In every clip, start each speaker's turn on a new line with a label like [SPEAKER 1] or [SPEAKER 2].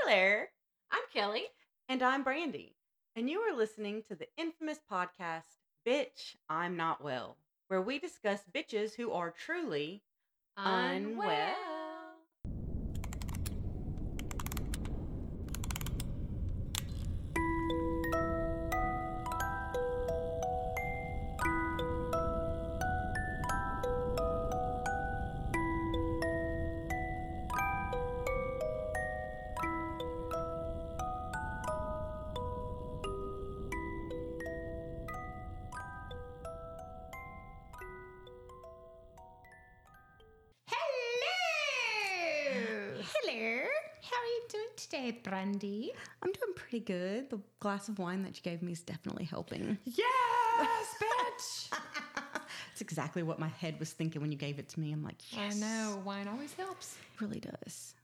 [SPEAKER 1] Hello.
[SPEAKER 2] I'm Kelly.
[SPEAKER 1] And I'm Brandy. And you are listening to the infamous podcast, Bitch, I'm Not Well, where we discuss bitches who are truly. Unwell.
[SPEAKER 2] Hello. Hello. How are you doing today, Brandy?
[SPEAKER 3] I'm doing pretty good. The glass of wine that you gave me is definitely helping.
[SPEAKER 2] Yes, bitch.
[SPEAKER 3] It's exactly what my head was thinking when you gave it to me. I'm like,
[SPEAKER 2] I
[SPEAKER 3] yes.
[SPEAKER 2] know wine always helps.
[SPEAKER 3] It really does.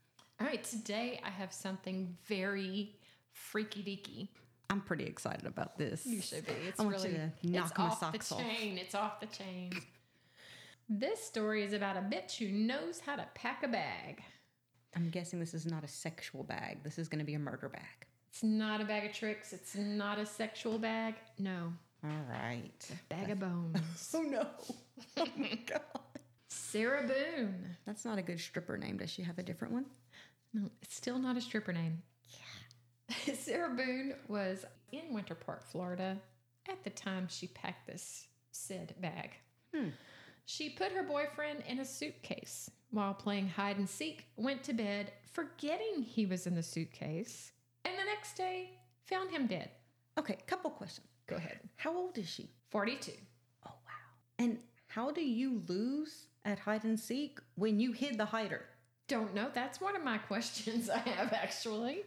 [SPEAKER 2] All right, today I have something very freaky deaky.
[SPEAKER 3] I'm pretty excited about this.
[SPEAKER 2] You should be. It's
[SPEAKER 3] I want
[SPEAKER 2] really
[SPEAKER 3] you to knock
[SPEAKER 2] it's
[SPEAKER 3] my
[SPEAKER 2] off
[SPEAKER 3] socks
[SPEAKER 2] the
[SPEAKER 3] off.
[SPEAKER 2] chain. It's off the chain. this story is about a bitch who knows how to pack a bag.
[SPEAKER 3] I'm guessing this is not a sexual bag. This is going to be a murder bag.
[SPEAKER 2] It's not a bag of tricks. It's not a sexual bag. No,
[SPEAKER 3] All right.
[SPEAKER 2] bag of bones.
[SPEAKER 3] Oh no. Oh my god.
[SPEAKER 2] Sarah Boone.
[SPEAKER 3] That's not a good stripper name. Does she have a different one?
[SPEAKER 2] No, it's still not a stripper name. Yeah. Sarah Boone was in Winter Park, Florida at the time she packed this said bag.
[SPEAKER 3] Hmm.
[SPEAKER 2] She put her boyfriend in a suitcase while playing hide and seek, went to bed, forgetting he was in the suitcase, and the next day found him dead.
[SPEAKER 3] Okay, couple questions.
[SPEAKER 2] Go ahead.
[SPEAKER 3] How old is she?
[SPEAKER 2] 42.
[SPEAKER 3] Oh wow. And how do you lose at hide and seek when you hid the hider?
[SPEAKER 2] Don't know. That's one of my questions I have actually.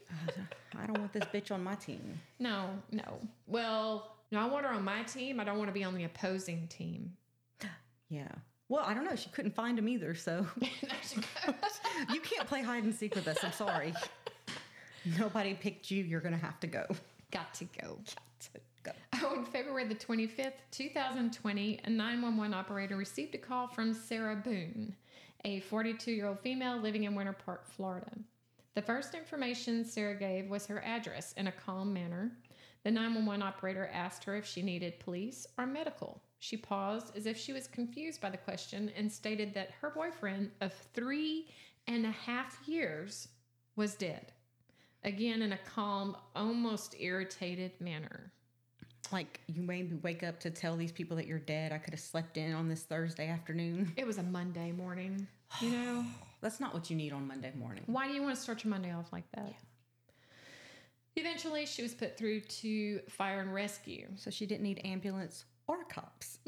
[SPEAKER 3] I don't want this bitch on my team.
[SPEAKER 2] No, no. Well, no, I want her on my team. I don't want to be on the opposing team.
[SPEAKER 3] Yeah. Well, I don't know. She couldn't find him either, so
[SPEAKER 2] There she goes.
[SPEAKER 3] you can't play hide and seek with us. I'm sorry. Nobody picked you. You're gonna have to go.
[SPEAKER 2] Got to go.
[SPEAKER 3] Go.
[SPEAKER 2] On Oh, February the 25th, 2020, a 911 operator received a call from Sarah Boone, a 42 year old female living in Winter Park, Florida. The first information Sarah gave was her address in a calm manner. The 911 operator asked her if she needed police or medical. She paused as if she was confused by the question and stated that her boyfriend of three and a half years was dead. Again, in a calm, almost irritated manner.
[SPEAKER 3] Like you made me wake up to tell these people that you're dead. I could have slept in on this Thursday afternoon.
[SPEAKER 2] It was a Monday morning. You know,
[SPEAKER 3] That's not what you need on Monday morning.
[SPEAKER 2] why do you want to start your Monday off like that? Eventually, she was put through to fire and rescue.
[SPEAKER 3] So she didn't need ambulance or cops.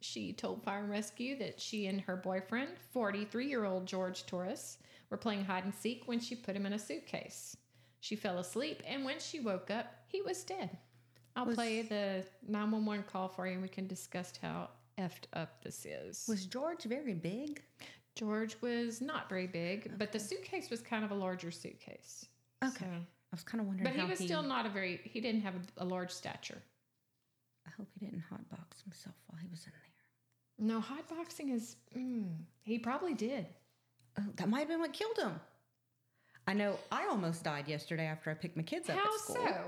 [SPEAKER 2] She told fire and rescue that she and her boyfriend, 43 year old George Torres, were playing hide and seek when she put him in a suitcase. She fell asleep, and when she woke up, he was dead. I'll
[SPEAKER 3] Was-
[SPEAKER 2] play the 911 call for you, and we can discuss how effed up this is.
[SPEAKER 3] Was George very big?
[SPEAKER 2] George was not very big, but the suitcase was kind of a larger suitcase.
[SPEAKER 3] Okay.
[SPEAKER 2] So-
[SPEAKER 3] I was kind of wondering.
[SPEAKER 2] but he
[SPEAKER 3] how
[SPEAKER 2] was still not a very, he didn't have a, a large stature.
[SPEAKER 3] I hope he didn't hotbox himself while he was in there.
[SPEAKER 2] No, hot boxing is, mm, he probably did.
[SPEAKER 3] Oh, that might have been what killed him. I know. I almost died yesterday after I picked my kids up
[SPEAKER 2] How
[SPEAKER 3] at school.
[SPEAKER 2] so?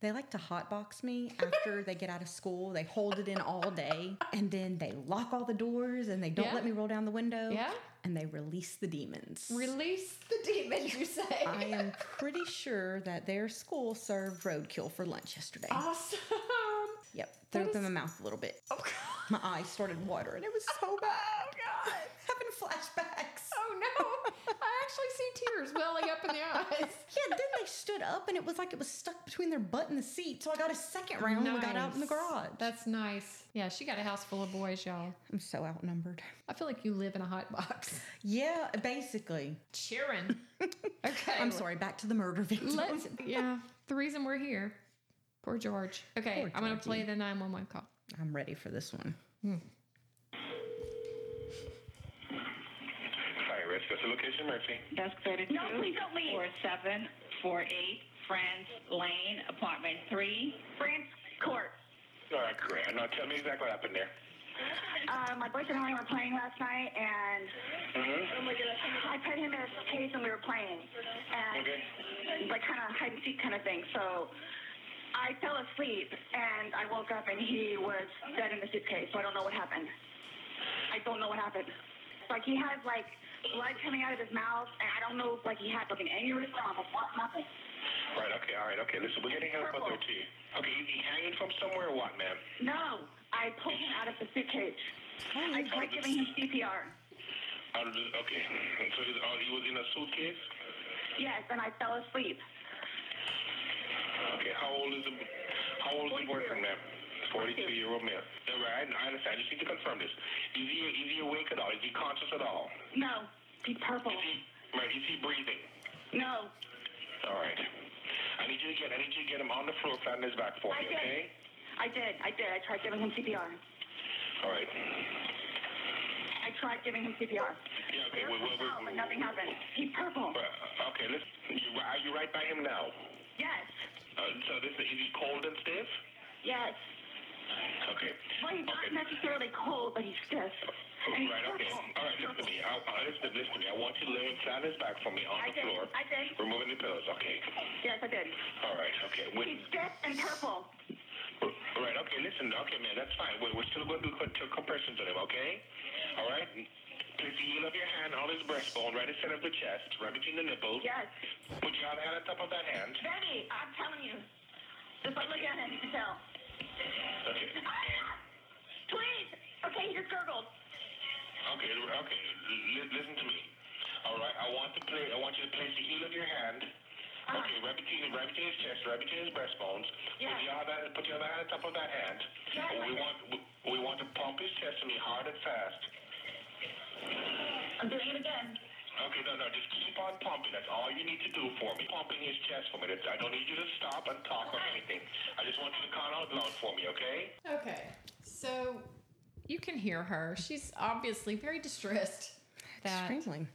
[SPEAKER 3] They like to hotbox me after they get out of school. They hold it in all day and then they lock all the doors and they don't
[SPEAKER 2] Yeah.
[SPEAKER 3] let me roll down the window.
[SPEAKER 2] Yeah.
[SPEAKER 3] And they release the demons.
[SPEAKER 2] Release the demon, you say.
[SPEAKER 3] I am pretty sure that their school served roadkill for lunch yesterday.
[SPEAKER 2] awesome.
[SPEAKER 3] yep. Threw
[SPEAKER 2] that
[SPEAKER 3] up in
[SPEAKER 2] is-
[SPEAKER 3] my mouth a little bit.
[SPEAKER 2] Oh, God.
[SPEAKER 3] My eyes started watering. It was so bad.
[SPEAKER 2] Oh, God.
[SPEAKER 3] Having flashbacks.
[SPEAKER 2] Oh, no. I actually see tears welling up in the eyes.
[SPEAKER 3] Yeah, then they stood up and it was like it was stuck between their butt and the seat. So I got a second round when we got out in the
[SPEAKER 2] Nice.
[SPEAKER 3] garage.
[SPEAKER 2] That's nice. Yeah, she got a house full of boys, y'all.
[SPEAKER 3] I'm so outnumbered.
[SPEAKER 2] I feel like you live in a hot box.
[SPEAKER 3] Yeah, basically.
[SPEAKER 2] Cheering. Okay.
[SPEAKER 3] I'm sorry, back to the murder victim.
[SPEAKER 2] Let's, yeah, the reason we're here. Poor George. Okay,
[SPEAKER 3] Poor
[SPEAKER 2] I'm going to
[SPEAKER 3] Georgie.
[SPEAKER 2] play the 911 call.
[SPEAKER 3] I'm ready for this one.
[SPEAKER 4] Fire rescue to location, Mercy.
[SPEAKER 5] Desk 32.
[SPEAKER 6] No, please don't leave.
[SPEAKER 5] 4748 Friends Lane, apartment 3.
[SPEAKER 6] France Court.
[SPEAKER 4] All right, great. Now tell me exactly what happened there.
[SPEAKER 6] Uh, my boyfriend and I were playing last night, and Oh
[SPEAKER 4] Mm-hmm.
[SPEAKER 6] I put him in a case and we were playing. And
[SPEAKER 4] Okay.
[SPEAKER 6] like kind of hide and seek kind of thing. So I fell asleep and I woke up and he was dead in the suitcase. So I don't know what happened. I don't know what happened. Like he had like blood coming out of his mouth and I don't know if like he had like an aneurysm or what, nothing.
[SPEAKER 4] Right, okay, all right, okay. Listen, we're getting help out there to you. Okay, is he hanging from somewhere or what, ma'am?
[SPEAKER 6] No, I pulled him out of the suitcase. I tried giving him CPR.
[SPEAKER 4] Out of the, okay, so he's, oh, he was in a suitcase?
[SPEAKER 6] Yes, and I fell asleep.
[SPEAKER 4] Okay, how old is the, how old is the boyfriend, ma'am? 42 year old male. All right, I understand. I just need to confirm this. Is he, is he awake at all? Is he conscious at all?
[SPEAKER 6] No, he's purple.
[SPEAKER 4] Is he, right, is he breathing?
[SPEAKER 6] No,
[SPEAKER 4] All right. I need you to get, I need you to get him on the floor, flat on his back for
[SPEAKER 6] I
[SPEAKER 4] me,
[SPEAKER 6] did.
[SPEAKER 4] okay?
[SPEAKER 6] I did. I did. I tried giving him CPR.
[SPEAKER 4] All right.
[SPEAKER 6] I tried giving him CPR.
[SPEAKER 4] Yeah, okay, wait, wait, wait,
[SPEAKER 6] But
[SPEAKER 4] wait.
[SPEAKER 6] nothing happened. He's purple.
[SPEAKER 4] Uh, Okay, listen, you, are you right by him now?
[SPEAKER 6] Yes.
[SPEAKER 4] Uh, so this is he cold and stiff?
[SPEAKER 6] Yes.
[SPEAKER 4] Okay.
[SPEAKER 6] Well, he's not
[SPEAKER 4] Okay.
[SPEAKER 6] necessarily cold, but he's stiff. And he's
[SPEAKER 4] Right, okay.
[SPEAKER 6] purple.
[SPEAKER 4] All right, listen to me. I, I, listen, listen to me. I want you to lay flat on his back for me on
[SPEAKER 6] I
[SPEAKER 4] the
[SPEAKER 6] did.
[SPEAKER 4] floor.
[SPEAKER 6] I did.
[SPEAKER 4] Removing the pillows, okay.
[SPEAKER 6] Yes, I did.
[SPEAKER 4] All right, okay. Wait.
[SPEAKER 6] He's stiff and purple.
[SPEAKER 4] All right, okay, listen. Okay, man, that's fine. Wait, we're still going to do co- to compressions on him, okay? All right? Place the heel of your hand on his breastbone, right instead of the chest, right between the nipples.
[SPEAKER 6] Yes.
[SPEAKER 4] Put your other hand on top of that hand.
[SPEAKER 6] Benny, I'm telling you. Just by looking at him, you can tell.
[SPEAKER 4] Okay.
[SPEAKER 6] Please. Okay, he just gurgled.
[SPEAKER 4] Okay, okay. L- listen to me. All right, I want to play. I want you to place the heel of your hand.
[SPEAKER 6] Uh-huh.
[SPEAKER 4] Okay, right between, right between his chest, right between his breastbones.
[SPEAKER 6] Yeah.
[SPEAKER 4] Put the other, put the other hand on top of that hand.
[SPEAKER 6] Yeah, I
[SPEAKER 4] we
[SPEAKER 6] like
[SPEAKER 4] want, we, we want to pump his chest to me hard and fast.
[SPEAKER 6] I'm doing it again.
[SPEAKER 4] Okay, no, no, just keep on pumping. That's all you need to do for me. Pumping his chest for me. That's, I don't need you to stop and talk or anything. I just want you to count out loud for me, okay?
[SPEAKER 2] Okay. So you can hear her. She's obviously very distressed that
[SPEAKER 3] Extremely.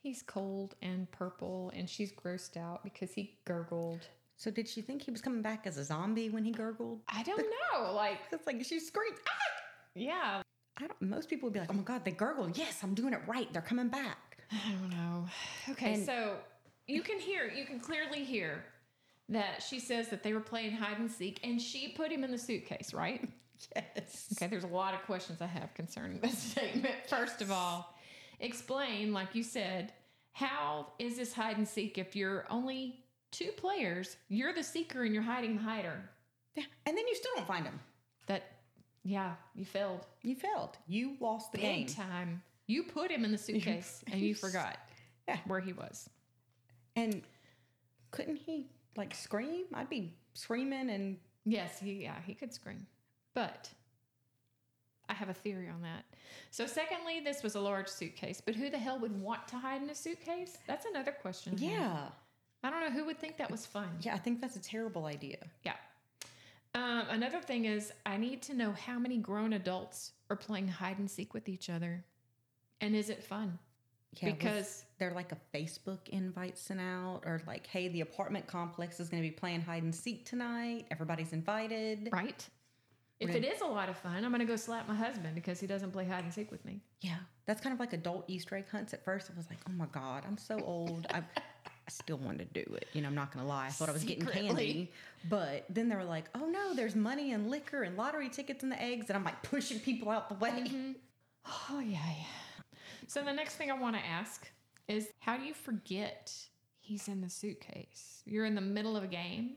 [SPEAKER 2] he's cold and purple and she's grossed out because he gurgled.
[SPEAKER 3] So did she think he was coming back as a zombie when he gurgled?
[SPEAKER 2] I don't know. Like,
[SPEAKER 3] It's like she screamed. "Ah!"
[SPEAKER 2] yeah,
[SPEAKER 3] I don't, most people would be like, "Oh my god, they gurgled! Yes, I'm doing it right. They're coming back."
[SPEAKER 2] I don't know. Okay,
[SPEAKER 3] And-
[SPEAKER 2] so you can hear, you can clearly hear that she says that they were playing hide and seek and she put him in the suitcase, right?
[SPEAKER 3] Yes.
[SPEAKER 2] Okay, there's a lot of questions I have concerning this statement. First of all, explain, like you said, how is this hide and seek if you're only two players? You're the seeker and you're hiding the hider.
[SPEAKER 3] Yeah. And then you still don't find him.
[SPEAKER 2] That, yeah, you failed
[SPEAKER 3] You failed. You lost the game.
[SPEAKER 2] big time. You put him in the suitcase and you forgot
[SPEAKER 3] Yeah.
[SPEAKER 2] where he was.
[SPEAKER 3] And couldn't he like scream? I'd be screaming and
[SPEAKER 2] Yes, he yeah, he could scream. But I have a theory on that. So secondly, this was a large suitcase, but who the hell would want to hide in a suitcase? That's another question. I have.
[SPEAKER 3] yeah,
[SPEAKER 2] I don't know who would think that was fun.
[SPEAKER 3] yeah. I think that's a terrible idea.
[SPEAKER 2] Yeah. Um, another thing is, I need to know how many grown adults are playing hide and seek with each other, and is it fun?
[SPEAKER 3] Yeah, was
[SPEAKER 2] because
[SPEAKER 3] they're like a Facebook invite sent out, or like, hey, the apartment complex is going to be playing hide and seek tonight. Everybody's invited.
[SPEAKER 2] right, if
[SPEAKER 3] Right.
[SPEAKER 2] it is a lot of fun, I'm gonna go slap my husband because he doesn't play hide and seek with me.
[SPEAKER 3] Yeah, that's kind of like adult Easter egg hunts. At first, I was like, oh my god, I'm so old. I, I still wanted to do it. You know, I'm not going to lie. I thought I was getting candy,
[SPEAKER 2] Secretly.
[SPEAKER 3] but then they were like, oh no, there's money and liquor and lottery tickets and the eggs, and I'm like pushing people out the way.
[SPEAKER 2] Oh yeah, yeah. So the next thing I want to ask is, how do you forget he's in the suitcase? You're in the middle of a game,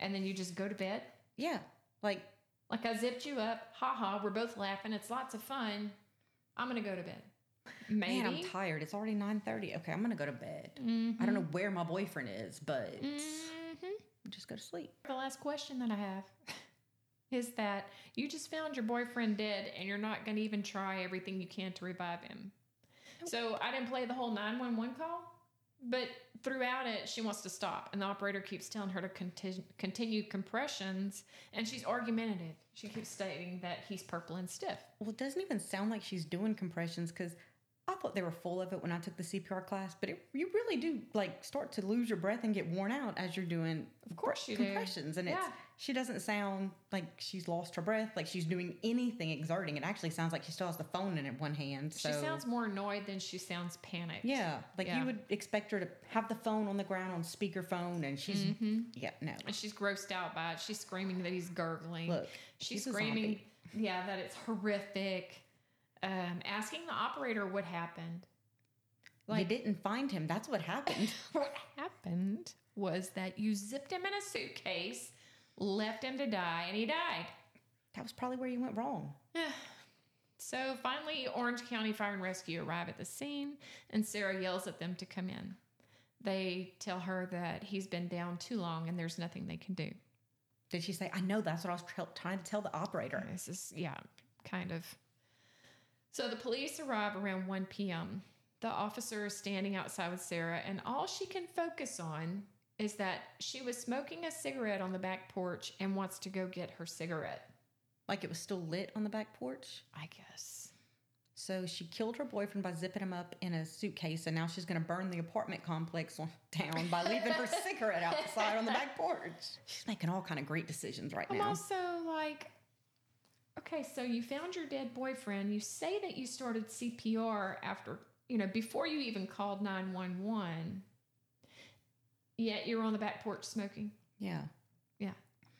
[SPEAKER 2] and then you just go to bed.
[SPEAKER 3] Yeah, like
[SPEAKER 2] Like I zipped you up, haha. We're both laughing. It's lots of fun. I'm gonna go to bed. Maybe Mm-hmm.
[SPEAKER 3] Man, I'm tired. It's already 9:30. Okay, I'm gonna go to bed. I don't know where my boyfriend is, but
[SPEAKER 2] Mhm.
[SPEAKER 3] just go to sleep.
[SPEAKER 2] The last question that I have is that you just found your boyfriend dead and you're not going to even try everything you can to revive him. So I didn't play the whole 911 call, but throughout it, she wants to stop. And the operator keeps telling her to conti- continue compressions. And she's argumentative. She keeps stating that he's purple and stiff.
[SPEAKER 3] Well, it doesn't even sound like she's doing compressions because I thought they were full of it when I took the CPR class. But it, you really do like start to lose your breath and get worn out as you're doing, of
[SPEAKER 2] course you do.
[SPEAKER 3] compressions, and it's
[SPEAKER 2] Yeah.
[SPEAKER 3] She doesn't sound like she's lost her breath, like she's doing anything exerting. It actually sounds like she still has the phone in one hand. So
[SPEAKER 2] She sounds more annoyed than she sounds panicked.
[SPEAKER 3] yeah, like
[SPEAKER 2] Yeah.
[SPEAKER 3] you would expect her to have the phone on the ground on speakerphone, and she's yeah no.
[SPEAKER 2] Mm-hmm. And she's grossed out by it. She's screaming that he's gurgling.
[SPEAKER 3] Look,
[SPEAKER 2] she's,
[SPEAKER 3] she's a
[SPEAKER 2] screaming,
[SPEAKER 3] zombie.
[SPEAKER 2] yeah, that it's horrific. Um, asking the operator what happened.
[SPEAKER 3] Like, you didn't find him. That's what happened.
[SPEAKER 2] What happened was that you zipped him in a suitcase, left him to die, and he died.
[SPEAKER 3] that was probably where you went wrong.
[SPEAKER 2] So finally, Orange County Fire and Rescue arrive at the scene, and Sarah yells at them to come in. They tell her that he's been down too long and there's nothing they can do.
[SPEAKER 3] Did she say, I know that's what I was tra- trying to tell the operator?
[SPEAKER 2] This is, yeah, kind of. So the police arrive around 1 p.m. The officer is standing outside with Sarah, and all she can focus on is that she was smoking a cigarette on the back porch and wants to go get her cigarette.
[SPEAKER 3] Like it was still lit on the back porch.
[SPEAKER 2] I guess.
[SPEAKER 3] So she killed her boyfriend by zipping him up in a suitcase, and now she's going to burn the apartment complex on, down by leaving her cigarette outside on the back porch. She's making all kind of great decisions right
[SPEAKER 2] I'm
[SPEAKER 3] now.
[SPEAKER 2] also like, okay, so you found your dead boyfriend. You say that you started CPR after, you know, before you even called 911, yet you're on the back porch smoking.
[SPEAKER 3] Yeah,
[SPEAKER 2] Yeah.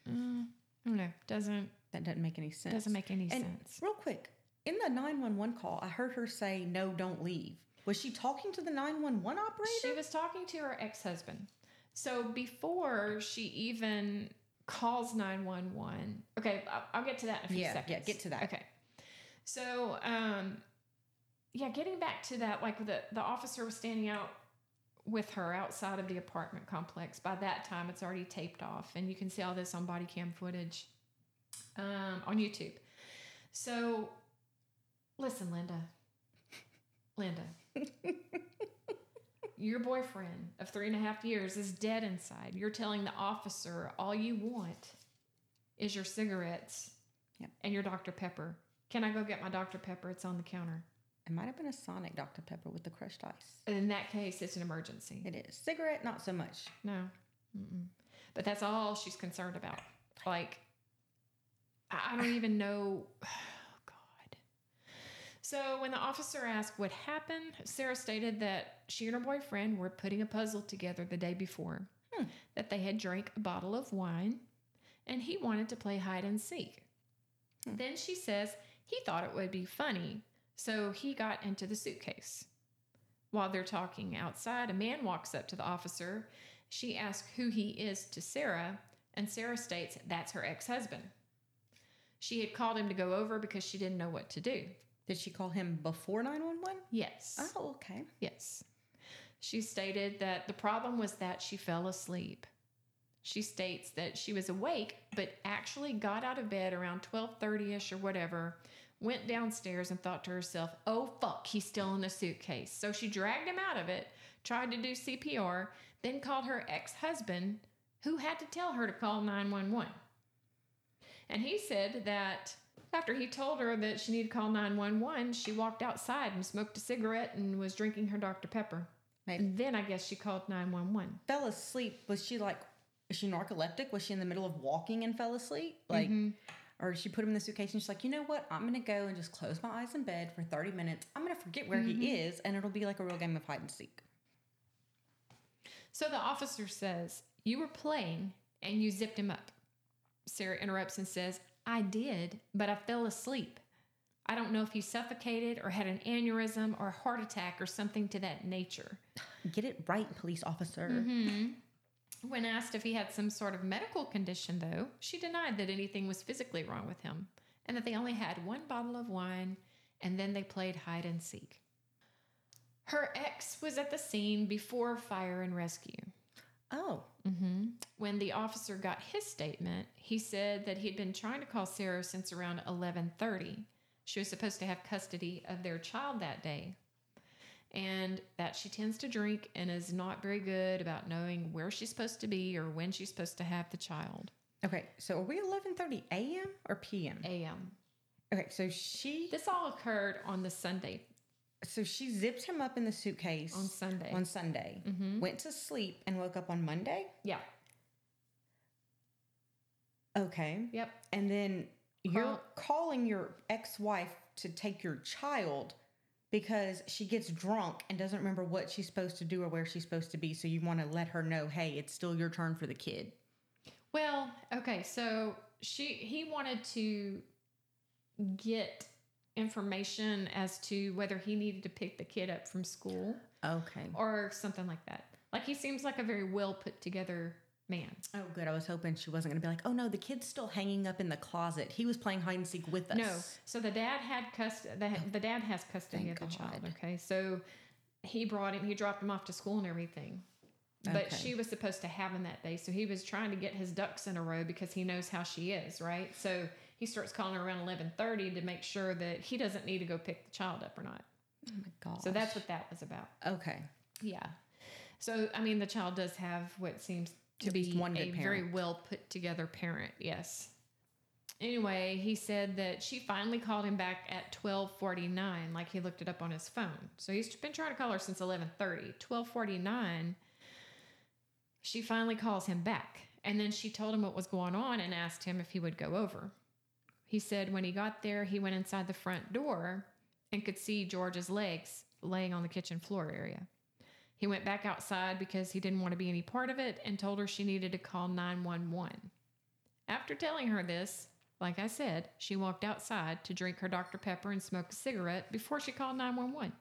[SPEAKER 2] Mm, I don't know. Doesn't
[SPEAKER 3] that doesn't make any sense.
[SPEAKER 2] doesn't make any
[SPEAKER 3] and
[SPEAKER 2] sense.
[SPEAKER 3] Real quick, in the nine one one call, I heard her say, "No, don't leave." Was she talking to the nine one one operator?
[SPEAKER 2] She was talking to her ex-husband. So before she even calls 911. Okay, I'll, I'll get to that in a few
[SPEAKER 3] Yeah, yeah,
[SPEAKER 2] seconds.
[SPEAKER 3] get to that.
[SPEAKER 2] Okay. So um yeah, getting back to that like the the officer was standing out with her outside of the apartment complex. By that time, it's already taped off, and you can see all this on body cam footage um, on YouTube. So, listen, Linda. Linda. Your boyfriend of three and a half years is dead inside. You're telling the officer all you want is your cigarettes
[SPEAKER 3] Yep.
[SPEAKER 2] and your Dr. Pepper. Can I go get my Dr. Pepper? It's on the counter.
[SPEAKER 3] it might have been a Sonic Dr Pepper with the crushed ice.
[SPEAKER 2] In that case, it's an emergency.
[SPEAKER 3] It is cigarette, not so much.
[SPEAKER 2] No. Mm-mm. But that's all she's concerned about. Like, I I don't even know. Oh, God. So when the officer asked what happened, Sarah stated that she and her boyfriend were putting a puzzle together the day before,
[SPEAKER 3] Hmm.
[SPEAKER 2] that they had drank a bottle of wine, and he wanted to play hide and seek.
[SPEAKER 3] Hmm.
[SPEAKER 2] Then she says he thought it would be funny, so he got into the suitcase. While they're talking outside, a man walks up to the officer. She asks who he is to Sarah, and Sarah states that's her ex husband. She had called him to go over because she didn't know what to do.
[SPEAKER 3] Did she call him before nine one one?
[SPEAKER 2] Yes.
[SPEAKER 3] Oh, okay.
[SPEAKER 2] Yes. She stated that the problem was that she fell asleep. She states that she was awake but actually got out of bed around 12:30ish or whatever, went downstairs and thought to herself, "Oh fuck, he's still in the suitcase." So she dragged him out of it, tried to do CPR, then called her ex-husband who had to tell her to call 911. And he said that after he told her that she needed to call 911, she walked outside and smoked a cigarette and was drinking her Dr. Pepper.
[SPEAKER 3] Maybe.
[SPEAKER 2] And then I guess she called 911.
[SPEAKER 3] fell asleep was she like is she narcoleptic was she in the middle of walking and fell asleep like or she put him in the suitcase and she's like you know what i'm gonna go and just close my eyes in bed for 30 minutes i'm gonna forget where he is and it'll be like a real game of hide and seek
[SPEAKER 2] So the officer says, You were playing and you zipped him up. Sarah interrupts and says, I did, but I fell asleep. I don't know if he suffocated or had an aneurysm or a heart attack or something to that nature.
[SPEAKER 3] get it right police officer
[SPEAKER 2] Mm-hmm. When asked if he had some sort of medical condition, though, she denied that anything was physically wrong with him and that they only had one bottle of wine and then they played hide and seek. Her ex was at the scene before fire and rescue.
[SPEAKER 3] oh
[SPEAKER 2] hmm When the officer got his statement, he said that he'd been trying to call Sarah since around 11:30. She was supposed to have custody of their child that day. And that she tends to drink and is not very good about knowing where she's supposed to be or when she's supposed to have the child.
[SPEAKER 3] okay so are we 11.30 a.m or p.m
[SPEAKER 2] AM.
[SPEAKER 3] okay so she
[SPEAKER 2] This all occurred on the Sunday,
[SPEAKER 3] so she zips him up in the suitcase
[SPEAKER 2] on Sunday.
[SPEAKER 3] on sunday Mm-hmm.
[SPEAKER 2] Mhm.
[SPEAKER 3] went to sleep and woke up on monday
[SPEAKER 2] Yeah.
[SPEAKER 3] Okay.
[SPEAKER 2] Yep.
[SPEAKER 3] And then you're
[SPEAKER 2] Call-
[SPEAKER 3] calling your ex-wife to take your child because she gets drunk and doesn't remember what she's supposed to do or where she's supposed to be. So you want to let her know, hey, it's still your turn for the kid.
[SPEAKER 2] Well, okay, so she he wanted to get information as to whether he needed to pick the kid up from school
[SPEAKER 3] Okay.
[SPEAKER 2] or something like that. Like he seems like a very well put together man.
[SPEAKER 3] Oh, good. I was hoping she wasn't going to be like, oh no, the kid's still hanging up in the closet. He was playing hide and seek with us.
[SPEAKER 2] No, so the dad had custody. The, the dad has custody
[SPEAKER 3] Oh, Thank
[SPEAKER 2] of the child.
[SPEAKER 3] God.
[SPEAKER 2] Okay, so he brought him. He dropped him off to school and everything. But
[SPEAKER 3] Okay.
[SPEAKER 2] she was supposed to have him that day, so he was trying to get his ducks in a row because he knows how she is, right? So he starts calling her around eleven thirty to make sure that he doesn't need to go pick the child up or not.
[SPEAKER 3] Oh my God.
[SPEAKER 2] So that's what that was about.
[SPEAKER 3] Okay.
[SPEAKER 2] Yeah. So I mean, the child does have what seems to
[SPEAKER 3] At
[SPEAKER 2] be
[SPEAKER 3] least one good
[SPEAKER 2] a very
[SPEAKER 3] parent.
[SPEAKER 2] well put together parent. Yes. Anyway, he said that she finally called him back at twelve forty nine. Like he looked it up on his phone. So he's been trying to call her since eleven thirty. Twelve forty nine. She finally calls him back, and then she told him what was going on and asked him if he would go over. He said when he got there, he went inside the front door and could see George's legs laying on the kitchen floor area. He went back outside because he didn't want to be any part of it and told her she needed to call 911. After telling her this, like I said, she walked outside to drink her Dr. Pepper and smoke a cigarette before she called 911.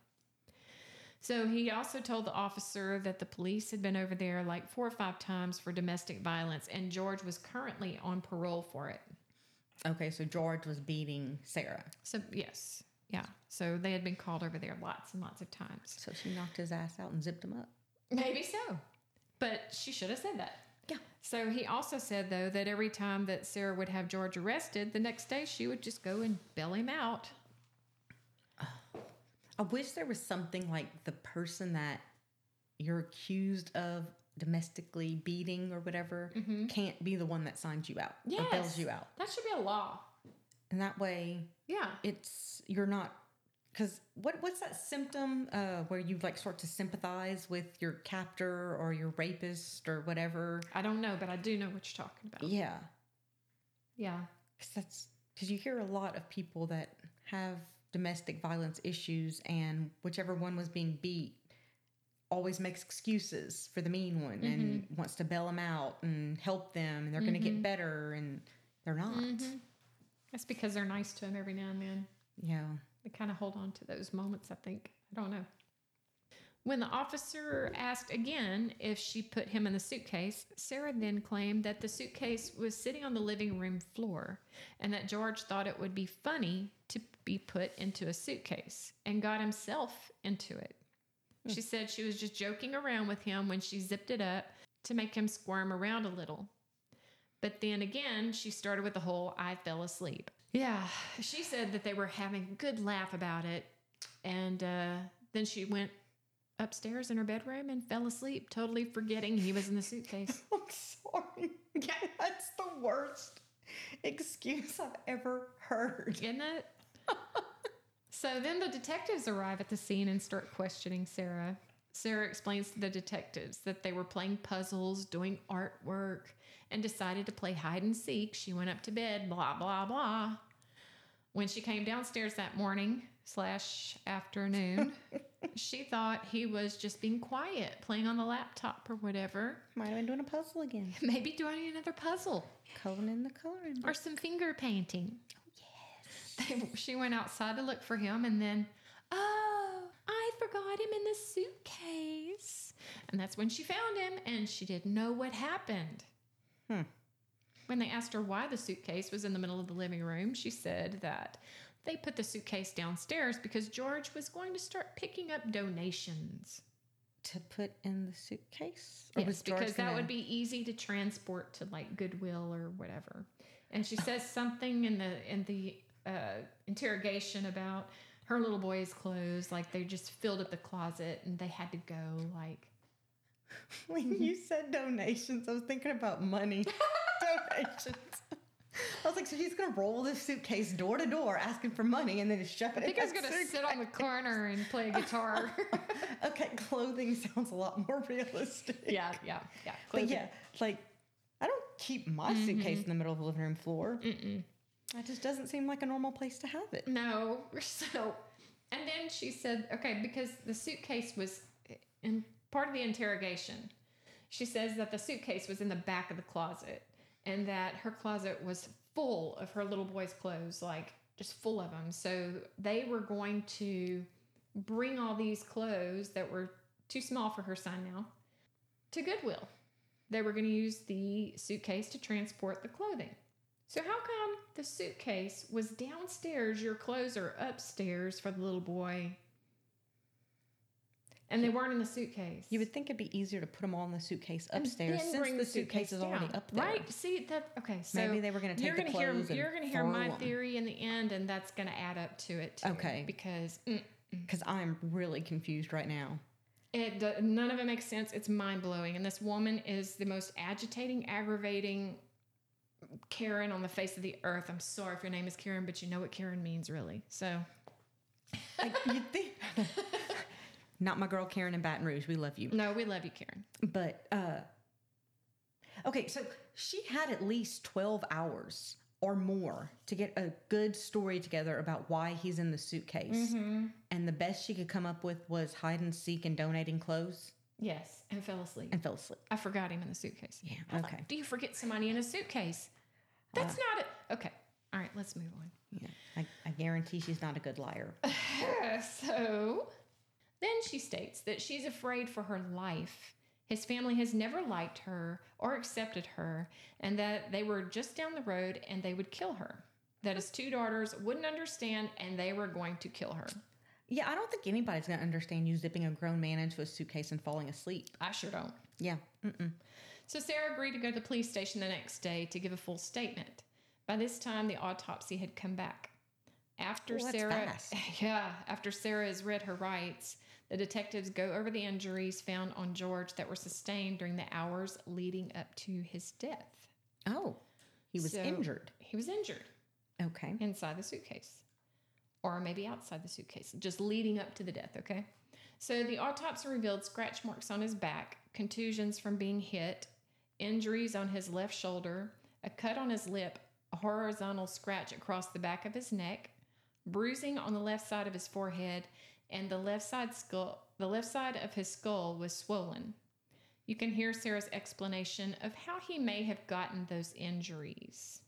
[SPEAKER 2] So he also told the officer that the police had been over there like four or five times for domestic violence and George was currently on parole for it.
[SPEAKER 3] Okay. So George was beating Sarah.
[SPEAKER 2] So, yes. Yeah. So they had been called over there lots and lots of times.
[SPEAKER 3] So she knocked his ass out and zipped him up.
[SPEAKER 2] Maybe so. But she should have said that.
[SPEAKER 3] Yeah.
[SPEAKER 2] So he also said, though, that every time that Sarah would have George arrested, the next day she would just go and bail him out.
[SPEAKER 3] I wish there was something like the person that you're accused of domestically beating or whatever can't be the one that signs you out or bails
[SPEAKER 2] Yes.
[SPEAKER 3] you out.
[SPEAKER 2] That should be a law.
[SPEAKER 3] And that way
[SPEAKER 2] Yeah.
[SPEAKER 3] it's you're not because what what's that symptom uh, where you like start to sympathize with your captor or your rapist or whatever?
[SPEAKER 2] I don't know, but I do know what you're talking about.
[SPEAKER 3] Yeah,
[SPEAKER 2] Yeah.
[SPEAKER 3] because that's because you hear a lot of people that have domestic violence issues, and whichever one was being beat always makes excuses for the mean one and wants to bail them out and help them, and they're going to get better, and they're not.
[SPEAKER 2] Mhm. That's because they're nice to him every now and then.
[SPEAKER 3] Yeah.
[SPEAKER 2] They kind of hold on to those moments, I think. I don't know. When the officer asked again if she put him in the suitcase, Sarah then claimed that the suitcase was sitting on the living room floor and that George thought it would be funny to be put into a suitcase and got himself into it. She said she was just joking around with him when she zipped it up to make him squirm around a little. But then again, she started with the whole I fell asleep. Yeah, she said that they were having a good laugh about it. And uh, then she went upstairs in her bedroom and fell asleep, totally forgetting he was in the suitcase.
[SPEAKER 3] I'm sorry. That's the worst excuse I've ever heard.
[SPEAKER 2] Isn't it? so then the detectives arrive at the scene and start questioning Sarah. Sarah explains to the detectives that they were playing puzzles, doing artwork, and decided to play hide and seek. She went up to bed, blah, blah, blah. When she came downstairs that morning slash afternoon, she thought he was just being quiet, playing on the laptop or whatever.
[SPEAKER 3] Might have been doing a puzzle again.
[SPEAKER 2] Maybe doing another puzzle
[SPEAKER 3] Coloring in the coloring.
[SPEAKER 2] or some finger painting. Mm-hmm. Oh, Yes. she went outside to look for him and then, oh, I forgot him in the suitcase. And that's when she found him and she didn't know what happened.
[SPEAKER 3] Hmm.
[SPEAKER 2] When they asked her why the suitcase was in the middle of the living room, she said that they put the suitcase downstairs because George was going to start picking up donations.
[SPEAKER 3] To put in the suitcase? Or
[SPEAKER 2] Yes,
[SPEAKER 3] was George
[SPEAKER 2] because that
[SPEAKER 3] gonna-
[SPEAKER 2] would be easy to transport to like Goodwill or whatever. And she says something in the in the uh, interrogation about her little boy's clothes, like they just filled up the closet and they had to go. Like,
[SPEAKER 3] When you said donations, I was thinking about money. donations. I was like, so he's going to roll this suitcase door to door asking for money and then just shove it
[SPEAKER 2] I think I was
[SPEAKER 3] in that
[SPEAKER 2] gonna sit on the corner and play guitar.
[SPEAKER 3] suitcase. Okay, clothing sounds a lot more realistic.
[SPEAKER 2] yeah, yeah, yeah.
[SPEAKER 3] But
[SPEAKER 2] clothing. Mm-hmm.
[SPEAKER 3] yeah, like I don't keep my suitcase in the middle of the living room floor.
[SPEAKER 2] Mm-mm.
[SPEAKER 3] That just doesn't seem like a normal place to have
[SPEAKER 2] Mm.
[SPEAKER 3] it.
[SPEAKER 2] No. So, and then she said, okay, because the suitcase was in part of the interrogation. She says that the suitcase was in the back of the closet and that her closet was full of her little boy's clothes, like just full of them. So they were going to bring all these clothes that were too small for her son now to Goodwill. They were going to use the suitcase to transport the clothing. So how come the suitcase was downstairs, your clothes are upstairs for the little boy? And they weren't in the suitcase.
[SPEAKER 3] You would think it'd be easier to put them all in the suitcase
[SPEAKER 2] And
[SPEAKER 3] upstairs
[SPEAKER 2] then
[SPEAKER 3] since
[SPEAKER 2] bring
[SPEAKER 3] the suitcase, is already
[SPEAKER 2] down,
[SPEAKER 3] up there.
[SPEAKER 2] Right? See that okay, so
[SPEAKER 3] Maybe they were going to take
[SPEAKER 2] you're
[SPEAKER 3] the
[SPEAKER 2] gonna hear
[SPEAKER 3] clothes
[SPEAKER 2] you're
[SPEAKER 3] going to
[SPEAKER 2] hear my theory in the end and that's gonna add up to it too,
[SPEAKER 3] Okay.
[SPEAKER 2] Because mm,
[SPEAKER 3] because I'm really confused right now.
[SPEAKER 2] It do- none of it makes sense. It's mind blowing, and this woman is the most agitating, aggravating Karen on the face of the earth. I'm sorry if your name is Karen, but you know what Karen means, really. So
[SPEAKER 3] Like, you think, not my girl Karen in Baton Rouge. We love you,
[SPEAKER 2] no, we love you, Karen.
[SPEAKER 3] but uh, okay. So she had at least twelve hours or more to get a good story together about why he's in the suitcase, and the best she could come up with was hide and seek and donating clothes,
[SPEAKER 2] Yes, and fell asleep.
[SPEAKER 3] and fell asleep.
[SPEAKER 2] I forgot him in the suitcase.
[SPEAKER 3] Yeah,
[SPEAKER 2] I was
[SPEAKER 3] okay. Uh.
[SPEAKER 2] Like, Do you forget somebody in a suitcase? That's not it. Okay. All right, let's move on.
[SPEAKER 3] Yeah, I, I guarantee she's not a good liar.
[SPEAKER 2] so then she states that she's afraid for her life. His family has never liked her or accepted her, and that they were just down the road and they would kill her. That his two daughters wouldn't understand and they were going to kill her.
[SPEAKER 3] Yeah, I don't think anybody's gonna understand you zipping a grown man into a suitcase and falling asleep.
[SPEAKER 2] I sure don't.
[SPEAKER 3] Yeah, Mm-mm.
[SPEAKER 2] So Sarah agreed to go to the police station the next day to give a full statement. By this time, the autopsy had come back. After
[SPEAKER 3] Well, that's
[SPEAKER 2] Sarah,
[SPEAKER 3] fast.
[SPEAKER 2] yeah, after Sarah has read her rights, the detectives go over the injuries found on George that were sustained during the hours leading up to his death.
[SPEAKER 3] Oh, he was
[SPEAKER 2] So-
[SPEAKER 3] injured.
[SPEAKER 2] He was injured
[SPEAKER 3] Okay.
[SPEAKER 2] inside the suitcase or maybe outside the suitcase, just leading up to the death, okay? So the autopsy revealed scratch marks on his back, contusions from being hit, injuries on his left shoulder, a cut on his lip, a horizontal scratch across the back of his neck, bruising on the left side of his forehead, and the left side skull the left side of his skull was swollen. You can hear Sarah's explanation of how he may have gotten those injuries.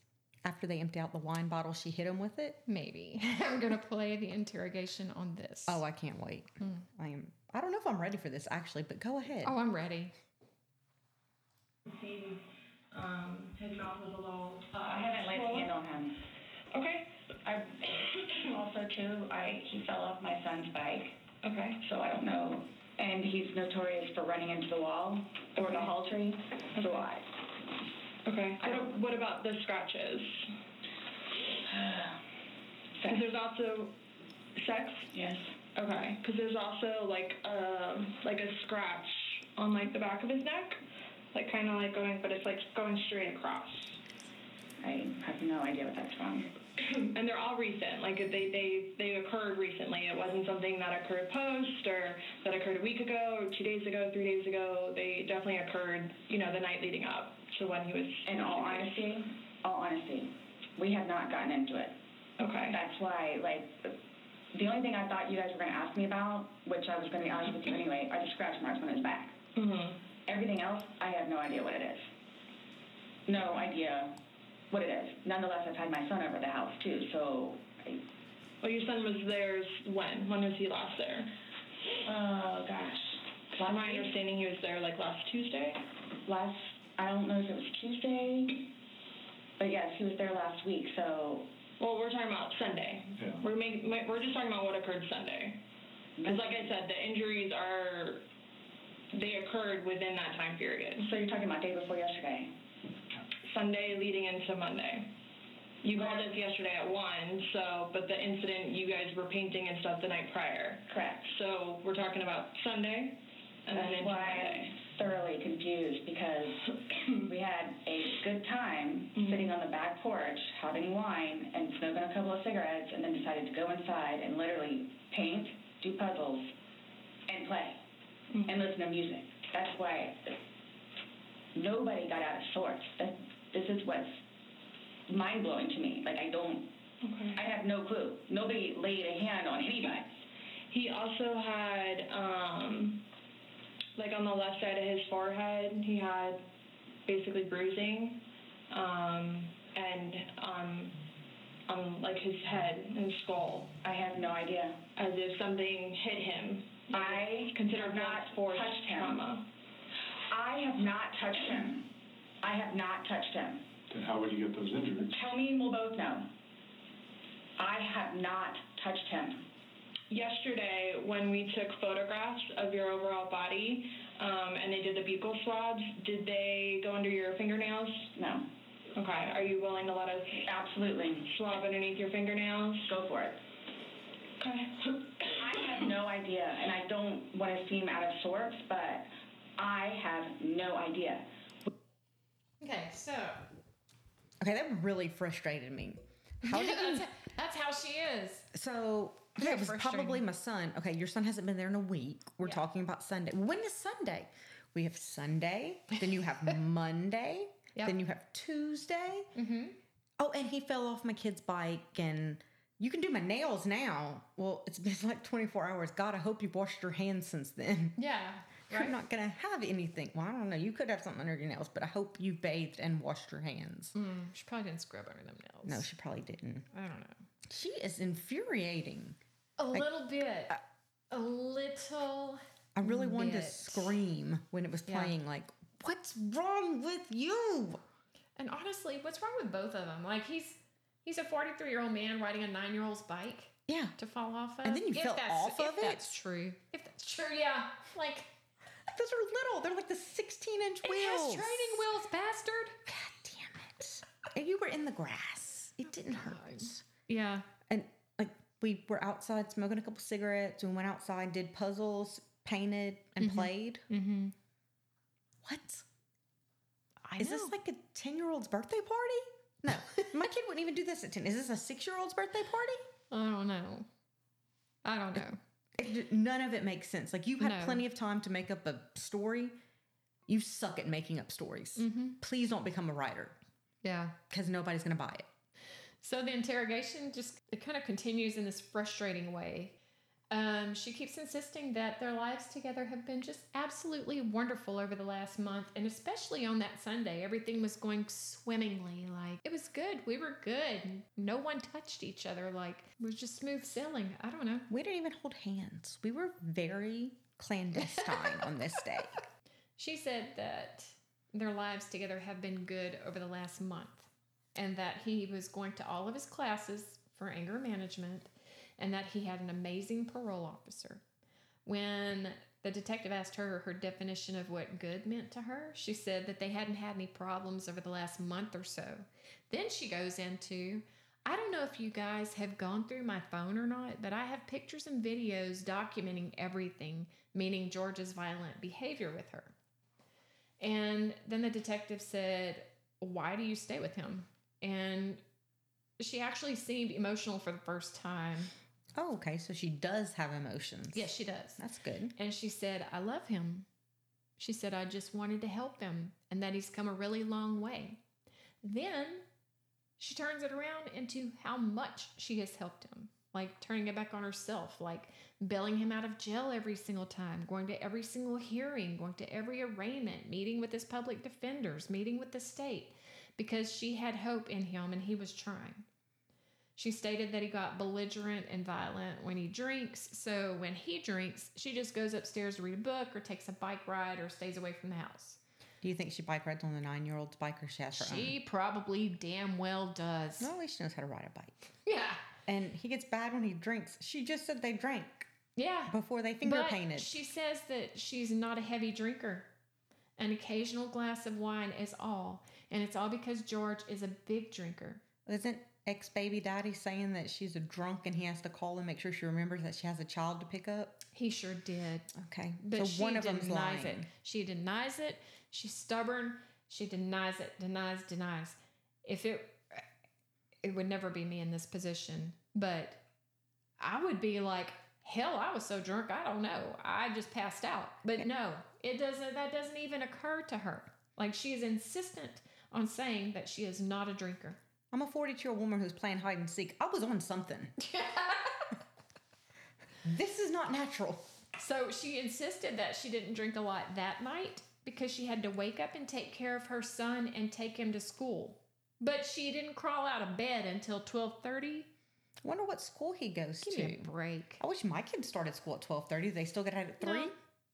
[SPEAKER 3] After they empty out the wine bottle, she hit him with it.
[SPEAKER 2] Maybe. I'm going to play the interrogation on this.
[SPEAKER 3] Oh, I can't wait. I am. I don't know if I'm ready for this actually, but go ahead.
[SPEAKER 2] oh I'm ready.
[SPEAKER 7] seen um, his mouth was a little.
[SPEAKER 5] Uh, I haven't laid a hand on him.
[SPEAKER 7] Okay,
[SPEAKER 5] I also too. I he fell off my son's bike,
[SPEAKER 7] okay,
[SPEAKER 5] so I don't know. And he's notorious for running into the wall or the hall tree. So I.
[SPEAKER 7] okay. What, what about the scratches? Because there's also sex.
[SPEAKER 5] Yes.
[SPEAKER 7] Okay, because there's also like um like a scratch on like the back of his neck, like kind of like going, but it's like going straight across.
[SPEAKER 5] I have no idea what that's from.
[SPEAKER 7] and they're all recent. Like they they they occurred recently. It wasn't something that occurred post or that occurred a week ago or two days ago, three days ago. They definitely occurred, you know, the night leading up to when he was.
[SPEAKER 5] In all honesty, all honesty, we have not gotten into it.
[SPEAKER 7] Okay.
[SPEAKER 5] That's why, like, the only thing I thought you guys were going to ask me about, which I was going to be honest with you anyway, are the scratch marks on his back.
[SPEAKER 7] Mhm.
[SPEAKER 5] Everything else, I have no idea what it is. No idea what it is. Nonetheless, I've had my son over the house too, so I,
[SPEAKER 7] Well, your son was theirs when? When was he last there?
[SPEAKER 5] oh gosh.
[SPEAKER 7] From
[SPEAKER 5] Last,
[SPEAKER 7] my understanding, he was there like last Tuesday.
[SPEAKER 5] last, I don't know if it was Tuesday, but yes, he was there last week. So
[SPEAKER 7] Well, we're talking about Sunday. We're make, ma- we're just talking about what occurred Sunday. Because, like I said, the injuries are they occurred within that time period.
[SPEAKER 5] so you're talking about day before yesterday.
[SPEAKER 7] Sunday leading into Monday. You called us yesterday at one, so but the incident you guys were painting and stuff the night prior.
[SPEAKER 5] Correct.
[SPEAKER 7] So we're talking about Sunday and then
[SPEAKER 5] That's
[SPEAKER 7] into
[SPEAKER 5] why
[SPEAKER 7] Monday.
[SPEAKER 5] I'm thoroughly confused because we had a good time sitting on the back porch having wine and smoking a couple of cigarettes and then decided to go inside and literally paint, do Mm-hmm. puzzles, and play and listen to music. That's why Nobody got out of sorts. That, this is what's mind blowing to me. Like, I don't,
[SPEAKER 7] Okay.
[SPEAKER 5] I have no clue. Nobody laid a hand on anybody.
[SPEAKER 7] He also had, um, like on the left side of his forehead, he had basically bruising, um, and um, on like his head and skull,
[SPEAKER 5] I have no idea.
[SPEAKER 7] as if something hit him.
[SPEAKER 5] I
[SPEAKER 7] consider
[SPEAKER 5] have not
[SPEAKER 7] force
[SPEAKER 5] touched him.
[SPEAKER 7] trauma.
[SPEAKER 5] I have not touched him. I have not touched him.
[SPEAKER 8] Then how would you get those injuries?
[SPEAKER 5] Tell me and we'll both know. I have not touched him.
[SPEAKER 7] Yesterday, when we took photographs of your overall body, um, and they did the buccal swabs, did they go under your fingernails?
[SPEAKER 5] No,
[SPEAKER 7] Okay. Are you willing to let us
[SPEAKER 5] absolutely.
[SPEAKER 7] swab underneath your fingernails?
[SPEAKER 5] Go for it.
[SPEAKER 7] Okay.
[SPEAKER 5] I have no idea, and I don't want to seem out of sorts, but I have no idea.
[SPEAKER 2] Okay, so
[SPEAKER 3] Okay, that really frustrated me. How did
[SPEAKER 2] that's, that's how she is.
[SPEAKER 3] so? Yeah, it was
[SPEAKER 2] frustrating.
[SPEAKER 3] probably my son. Okay, your son hasn't been there in a week. We're
[SPEAKER 2] Yeah.
[SPEAKER 3] talking about Sunday. When is Sunday? We have Sunday. Then you have Monday.
[SPEAKER 2] Yep.
[SPEAKER 3] Then you have Tuesday.
[SPEAKER 2] Mm-hmm.
[SPEAKER 3] Oh, and he fell off my kid's bike, and you can do my nails now. Well, it's been like 24 hours. God, I hope you've washed your hands since then.
[SPEAKER 2] Yeah. Right.
[SPEAKER 3] You're not gonna have anything. Well, I don't know. You could have something under your nails, but I hope you bathed and washed your hands.
[SPEAKER 2] Mm, she probably didn't scrub under them nails.
[SPEAKER 3] Hmm. No, she probably didn't.
[SPEAKER 2] I don't know.
[SPEAKER 3] She is infuriating.
[SPEAKER 2] A little bit. a little.
[SPEAKER 3] I really wanted to
[SPEAKER 2] Bit.
[SPEAKER 3] scream when it was
[SPEAKER 2] Mm, Yeah.
[SPEAKER 3] playing. Like, what's wrong with you?
[SPEAKER 2] And honestly, what's wrong with both of them? Like he's he's a 43 year old man riding a nine year old's bike
[SPEAKER 3] Yeah,
[SPEAKER 2] to fall off of.
[SPEAKER 3] And then you
[SPEAKER 2] If
[SPEAKER 3] fell
[SPEAKER 2] that's-
[SPEAKER 3] off
[SPEAKER 2] if
[SPEAKER 3] of it?
[SPEAKER 2] That's true. If that's true, yeah. Like
[SPEAKER 3] those are little. They're like the 16 inch
[SPEAKER 2] it has
[SPEAKER 3] wheels.
[SPEAKER 2] training wheels, bastard.
[SPEAKER 3] God damn it! And you were in the grass. It didn't hurt.
[SPEAKER 2] Yeah.
[SPEAKER 3] And like we were outside smoking a couple cigarettes. We went outside, did puzzles, painted, and played.
[SPEAKER 2] Mm-hmm.
[SPEAKER 3] What?
[SPEAKER 2] I
[SPEAKER 3] Is
[SPEAKER 2] know.
[SPEAKER 3] this like a 10 year old's birthday party? No, my kid wouldn't even do this at 10. Is this a six year old's birthday party?
[SPEAKER 2] I don't know. I don't know.
[SPEAKER 3] It, ju- none of it makes sense. Like, you had
[SPEAKER 2] No.
[SPEAKER 3] plenty of time to make up a story. You suck at making up stories.
[SPEAKER 2] Mm-hmm.
[SPEAKER 3] Please don't become a writer
[SPEAKER 2] Yeah.
[SPEAKER 3] because nobody's going to buy it.
[SPEAKER 2] So the interrogation just it kind of continues in this frustrating way. Um, she keeps insisting that their lives together have been just absolutely wonderful over the last month, and especially on that Sunday, everything was going swimmingly. Like it was good, we were good. No one touched each other. Like it was just smooth sailing. I don't know.
[SPEAKER 3] We didn't even hold hands. We were very clandestine on this day.
[SPEAKER 2] She said that their lives together have been good over the last month and that he was going to all of his classes for anger management and that he had an amazing parole officer. When the detective asked her her definition of what good meant to her, she said that they hadn't had any problems over the last month or so. Then she goes into I don't know if you guys have gone through my phone or not, but I have pictures and videos documenting everything, meaning George's violent behavior with her. And then the detective said, Why do you stay with him? And she actually seemed emotional for the first time.
[SPEAKER 3] Oh, okay. So she does have emotions.
[SPEAKER 2] Yes, she does.
[SPEAKER 3] That's good.
[SPEAKER 2] And she said, I love him. She said, I just wanted to help him and that he's come a really long way. Then she turns it around into how much she has helped him, like turning it back on herself, like bailing him out of jail every single time, going to every single hearing, going to every arraignment, meeting with his public defenders, meeting with the state, because she had hope in him and he was trying. She stated that he got belligerent and violent when he drinks. So when he drinks, she just goes upstairs to read a book or takes a bike ride or stays away from the house.
[SPEAKER 3] Do you think she bike rides on the nine year old's bike or she has her
[SPEAKER 2] She probably damn well does.
[SPEAKER 3] own? No, at least she knows how to ride a bike.
[SPEAKER 2] Yeah.
[SPEAKER 3] And he gets bad when he drinks. She just said they drank
[SPEAKER 2] Yeah.
[SPEAKER 3] before they finger
[SPEAKER 2] but
[SPEAKER 3] painted.
[SPEAKER 2] She says that she's not a heavy drinker. An occasional glass of wine is all. And it's all because George is a big drinker.
[SPEAKER 3] Isn't ex baby daddy saying that she's a drunk and he has to call and make sure she remembers that she has a child to pick up?
[SPEAKER 2] He sure did.
[SPEAKER 3] Okay.
[SPEAKER 2] But
[SPEAKER 3] so
[SPEAKER 2] she
[SPEAKER 3] one of
[SPEAKER 2] denies
[SPEAKER 3] them's lying.
[SPEAKER 2] it. She denies it. She's stubborn. She denies it. Denies. Denies. If it, it would never be me in this position. But I would be like, hell, I was so drunk, I don't know. I just passed out. But no, it doesn't. That doesn't even occur to her. Like she is insistent on saying that she is not a drinker.
[SPEAKER 3] I'm a 42 year old woman who's playing hide and seek. I was on something. this is not natural.
[SPEAKER 2] So she insisted that she didn't drink a lot that night because she had to wake up and take care of her son and take him to school. But she didn't crawl out of bed until 12:30.
[SPEAKER 3] Wonder what school he goes
[SPEAKER 2] Give
[SPEAKER 3] to.
[SPEAKER 2] me a break.
[SPEAKER 3] I wish my kids started school at 12:30. They still get out at three.
[SPEAKER 2] No,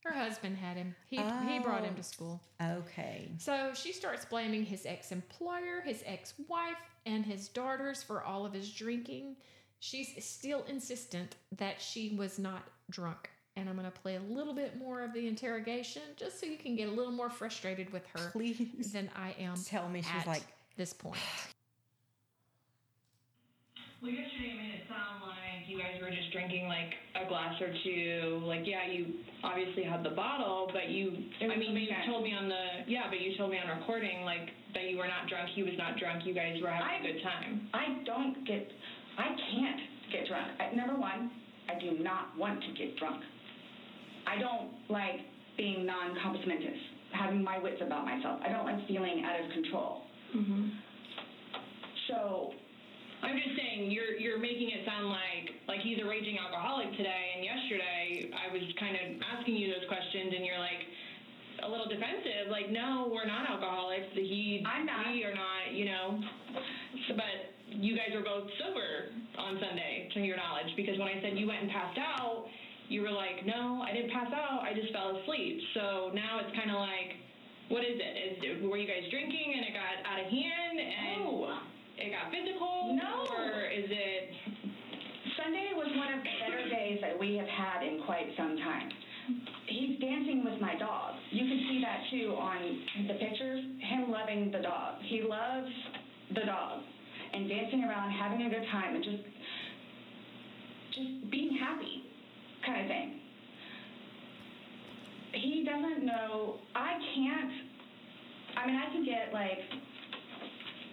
[SPEAKER 2] her husband had him. He he brought him
[SPEAKER 3] Oh.
[SPEAKER 2] to school.
[SPEAKER 3] Okay.
[SPEAKER 2] So she starts blaming his ex employer, his ex wife, and his daughters for all of his drinking. She's still insistent that she was not drunk. And I'm going to play a little bit more of the interrogation just so you can get a little more frustrated with her
[SPEAKER 3] Please
[SPEAKER 2] than I am
[SPEAKER 3] tell me she's
[SPEAKER 2] at
[SPEAKER 3] like,
[SPEAKER 2] this point.
[SPEAKER 7] Well, yesterday you made it sound like you guys were just drinking like a glass or two. Like, yeah, you obviously had the bottle, but you,
[SPEAKER 5] It was
[SPEAKER 7] I mean, you
[SPEAKER 5] weekend.
[SPEAKER 7] told me on the, yeah, but you told me on recording like that you were not drunk. He was not drunk. You guys were having a
[SPEAKER 5] I-
[SPEAKER 7] good time.
[SPEAKER 5] I don't get, I can't get drunk. I, number one, I do not want to get drunk. I don't like being non-complimentous, having my wits about myself. I don't like feeling out of control.
[SPEAKER 7] Mm-hmm.
[SPEAKER 5] So
[SPEAKER 7] I'm just saying you're you're making it sound like like he's a raging alcoholic today and yesterday I was kind of asking you those questions and you're like a little defensive like no we're not alcoholics he
[SPEAKER 5] I'm not.
[SPEAKER 7] we are not you know so, but you guys were both sober on Sunday to your knowledge because when I said you went and passed out you were like no I didn't pass out I just fell asleep so now it's kind of like what is it is were you guys drinking and it got out of hand and
[SPEAKER 5] no,
[SPEAKER 7] it got physical?
[SPEAKER 5] No.
[SPEAKER 7] Or is it
[SPEAKER 5] Sunday was one of the better days that we have had in quite some time. He's dancing with my dog. You can see that too on the pictures. Him loving the dog. He loves the dog and dancing around, having a good time, and just just being happy, kind of thing. He doesn't know. I can't. I mean, I can get like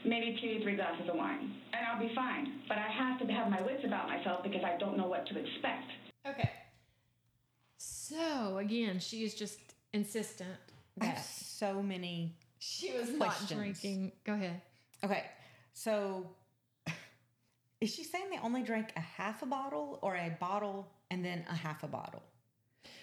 [SPEAKER 5] maybe two, three glasses of wine, and I'll be fine. But I have to have my wits about myself because I don't know what to expect.
[SPEAKER 2] Okay. So again, she is just insistent
[SPEAKER 3] I have
[SPEAKER 2] that
[SPEAKER 3] so many.
[SPEAKER 2] she was
[SPEAKER 3] questions.
[SPEAKER 2] not drinking. Go ahead.
[SPEAKER 3] Okay, so is she saying they only drank a half a bottle or a bottle and then a half a bottle?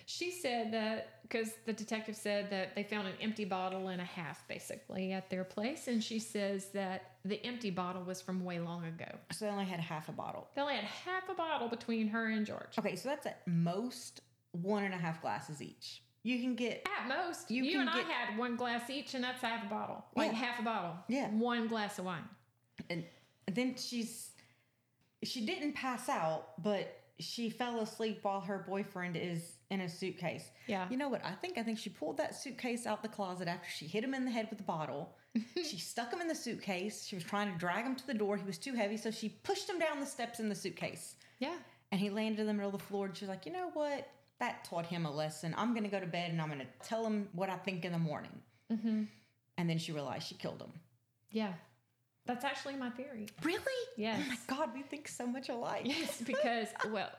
[SPEAKER 2] She said that because the detective said that they found an empty bottle and a half basically at their place. And she says that the empty bottle was from way long ago.
[SPEAKER 3] So they only had half a bottle.
[SPEAKER 2] They only had half a bottle between her and George.
[SPEAKER 3] Okay, so that's at most one and a half glasses each. You can get
[SPEAKER 2] At most, you,
[SPEAKER 3] You can
[SPEAKER 2] and I
[SPEAKER 3] get-
[SPEAKER 2] had one glass each, and that's half a bottle. Like
[SPEAKER 3] Yeah.
[SPEAKER 2] half a bottle.
[SPEAKER 3] Yeah.
[SPEAKER 2] One glass of wine.
[SPEAKER 3] and then she's she didn't pass out, but she fell asleep while her boyfriend is in a suitcase.
[SPEAKER 2] Yeah.
[SPEAKER 3] You know what? I think I think she pulled that suitcase out the closet after she hit him in the head with the bottle. she stuck him in the suitcase. She was trying to drag him to the door. He was too heavy, so she pushed him down the steps in the suitcase.
[SPEAKER 2] Yeah.
[SPEAKER 3] And he landed in the middle of the floor and she's like, "You know what? That taught him a lesson. I'm going to go to bed and I'm going to tell him what I think in the morning."
[SPEAKER 2] hmm
[SPEAKER 3] And then she realized she killed him.
[SPEAKER 2] Yeah. That's actually my theory.
[SPEAKER 3] Really?
[SPEAKER 2] Yes.
[SPEAKER 3] Oh my God, we think so much alike.
[SPEAKER 2] Yes, because well,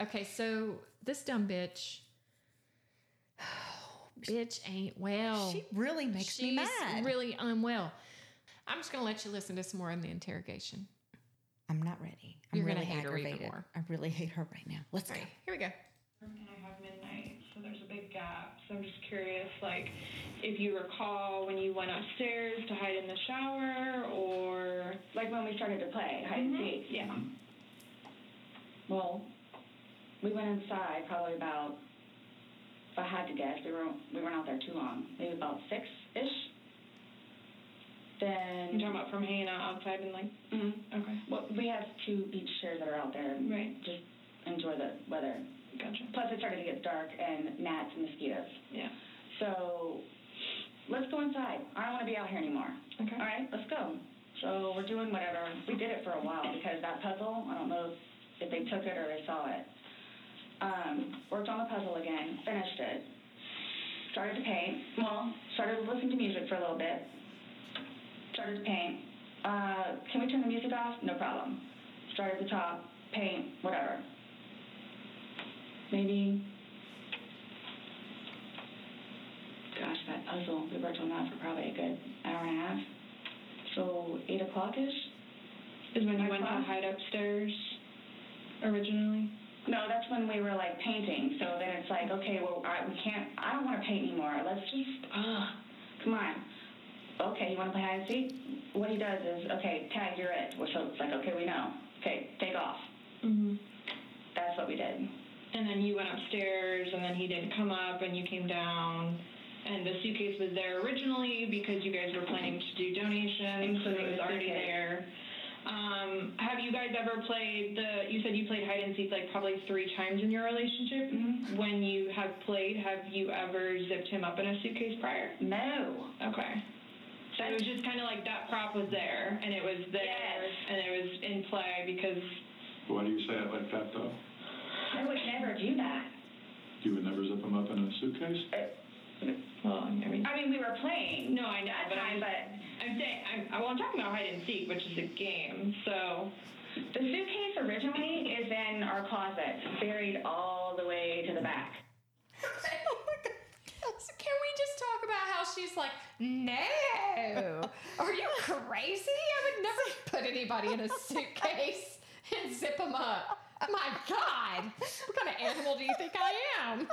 [SPEAKER 2] okay, so this dumb bitch, bitch ain't well.
[SPEAKER 3] She really makes me mad.
[SPEAKER 2] really unwell. I'm just gonna let you listen to some more in the interrogation.
[SPEAKER 3] I'm not ready. I'm
[SPEAKER 2] You're gonna
[SPEAKER 3] really
[SPEAKER 2] hate her even
[SPEAKER 3] aggravated.
[SPEAKER 2] more.
[SPEAKER 3] I really hate her right now. Let's go.
[SPEAKER 2] Here we go.
[SPEAKER 7] and I have midnight, so there's a big gap. So I'm just curious, like, if you recall when you went upstairs to hide in the shower, or
[SPEAKER 5] Like when we started to play hide and seek.
[SPEAKER 7] Mm-hmm.
[SPEAKER 5] Mm-hmm.
[SPEAKER 7] yeah,
[SPEAKER 5] Well, we went inside probably about. If I had to guess, we were we weren't out there too long. Maybe about six ish.
[SPEAKER 7] I'm talking
[SPEAKER 5] Then
[SPEAKER 7] about from hanging out outside and like,
[SPEAKER 5] mm,
[SPEAKER 7] okay,
[SPEAKER 5] well, we have two beach chairs that are out there. and
[SPEAKER 7] right,
[SPEAKER 5] Just enjoy the weather.
[SPEAKER 7] gotcha,
[SPEAKER 5] Plus, it started to get dark and gnats and mosquitoes.
[SPEAKER 7] yeah,
[SPEAKER 5] So let's go inside. I don't want to be out here anymore.
[SPEAKER 7] okay,
[SPEAKER 5] All right, let's go. So we're doing whatever. We did it for a while because that puzzle, I don't know if they took it or they saw it. Um, worked on the puzzle again, finished it. Started to paint. Well, started listening to music for a little bit. Started to paint. Uh, can we turn the music off? No problem. Start at the top, paint, whatever. Maybe. Gosh, that puzzle. We worked on that for probably a good hour and a half. So eight o'clock ish.
[SPEAKER 7] Is when you
[SPEAKER 5] My
[SPEAKER 7] went to
[SPEAKER 5] class?
[SPEAKER 7] hide upstairs originally?
[SPEAKER 5] No, that's when we were like painting. So then it's like, okay, well, I, we can't. I don't want to paint anymore. Let's just, ah, come on. Okay, you want to play hide and seek? What he does is, okay, tag, you're it. Well, so it's like, okay, we know. Okay, take off.
[SPEAKER 7] Mm-hmm.
[SPEAKER 5] That's what we did.
[SPEAKER 7] And then you went upstairs, and then he didn't come up, and you came down. And the suitcase was there originally because you guys were planning to do donations, so it
[SPEAKER 5] Including
[SPEAKER 7] was
[SPEAKER 5] the
[SPEAKER 7] already
[SPEAKER 5] suitcase.
[SPEAKER 7] there. Um, have you guys ever played the? You said you played hide and seek like probably three times in your relationship.
[SPEAKER 5] Mhm.
[SPEAKER 7] When you have played, have you ever zipped him up in a suitcase prior?
[SPEAKER 5] No.
[SPEAKER 7] Okay. So it was just kind of like that prop was there, and it was there,
[SPEAKER 5] Yes.
[SPEAKER 7] and it was in play because
[SPEAKER 8] Why do you say it like that, though?
[SPEAKER 5] I would never do that.
[SPEAKER 8] You would never zip them up in a suitcase?
[SPEAKER 7] well, I mean,
[SPEAKER 5] I mean, we were playing.
[SPEAKER 7] no, I know,
[SPEAKER 5] At
[SPEAKER 7] but
[SPEAKER 5] time,
[SPEAKER 7] I'm
[SPEAKER 5] but
[SPEAKER 7] I'm saying, I'm, well, I'm talking about hide and seek, which is a game. So,
[SPEAKER 5] the suitcase originally is in our closet, buried all the way to the back.
[SPEAKER 3] Oh
[SPEAKER 2] So can we just talk about how she's like, no, are you crazy? I would never put anybody in a suitcase and zip them up. My God, what kind of animal do you think I am?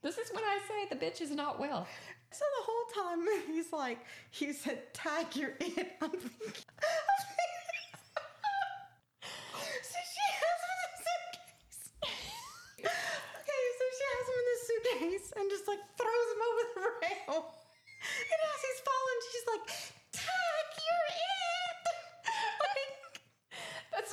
[SPEAKER 2] This is when I say the bitch is not well.
[SPEAKER 3] So the whole time he's like, he said, tag you're it. I'm thinking. I'm thinking- so she has him in the suitcase. okay, so she has him in the suitcase and just like throws him over the rail. And as he's falling, she's like, tag you're it. like,
[SPEAKER 2] That's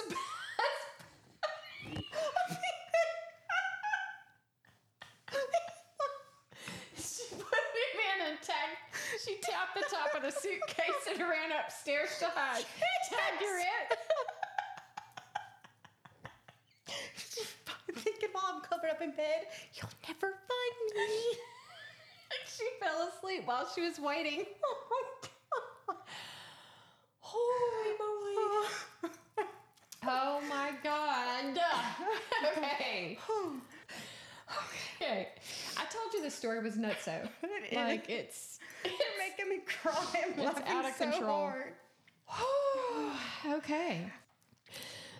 [SPEAKER 2] that's. she put him in and tagged. She tapped the top of the suitcase and ran upstairs to hide. Tagged her in.
[SPEAKER 3] I'm thinking while I'm covered up in bed, you'll never find me.
[SPEAKER 2] She fell asleep while she was waiting. Oh, Holy moly! Oh my god! Okay. Okay. I told you the story was nutso.
[SPEAKER 3] It is.
[SPEAKER 2] Like it's
[SPEAKER 3] You're making me cry. I'm
[SPEAKER 2] It's
[SPEAKER 3] laughing
[SPEAKER 2] out of
[SPEAKER 3] so
[SPEAKER 2] control.
[SPEAKER 3] hard.
[SPEAKER 2] okay.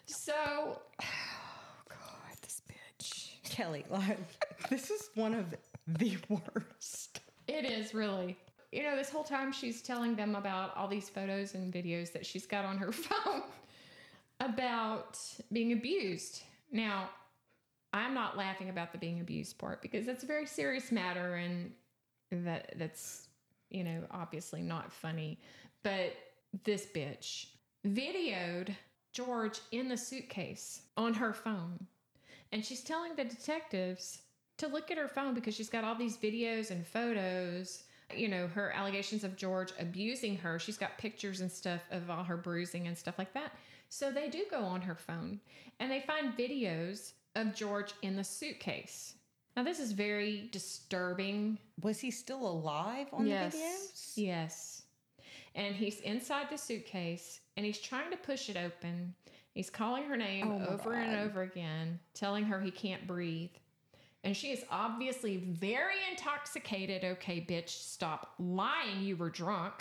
[SPEAKER 2] So, God, this bitch.
[SPEAKER 3] Kelly, like, this is one of the worst.
[SPEAKER 2] It is really. You know, this whole time she's telling them about all these photos and videos that she's got on her phone about being abused. Now, I'm not laughing about the being abused part because that's a very serious matter and that that's, you know, obviously not funny. But this bitch videoed George in the suitcase on her phone. And she's telling the detectives to look at her phone because she's got all these videos and photos. You know, her allegations of George abusing her. She's got pictures and stuff of all her bruising and stuff like that. So they do go on her phone and they find videos of George in the suitcase. Now, this is very disturbing
[SPEAKER 3] Was he still alive on the videos?
[SPEAKER 2] Yes. And he's inside the suitcase and he's trying to push it open. He's calling her name
[SPEAKER 3] Oh my
[SPEAKER 2] over and
[SPEAKER 3] God.
[SPEAKER 2] over again, telling her he can't breathe. And she is obviously very intoxicated. Okay, bitch, stop lying. You were drunk.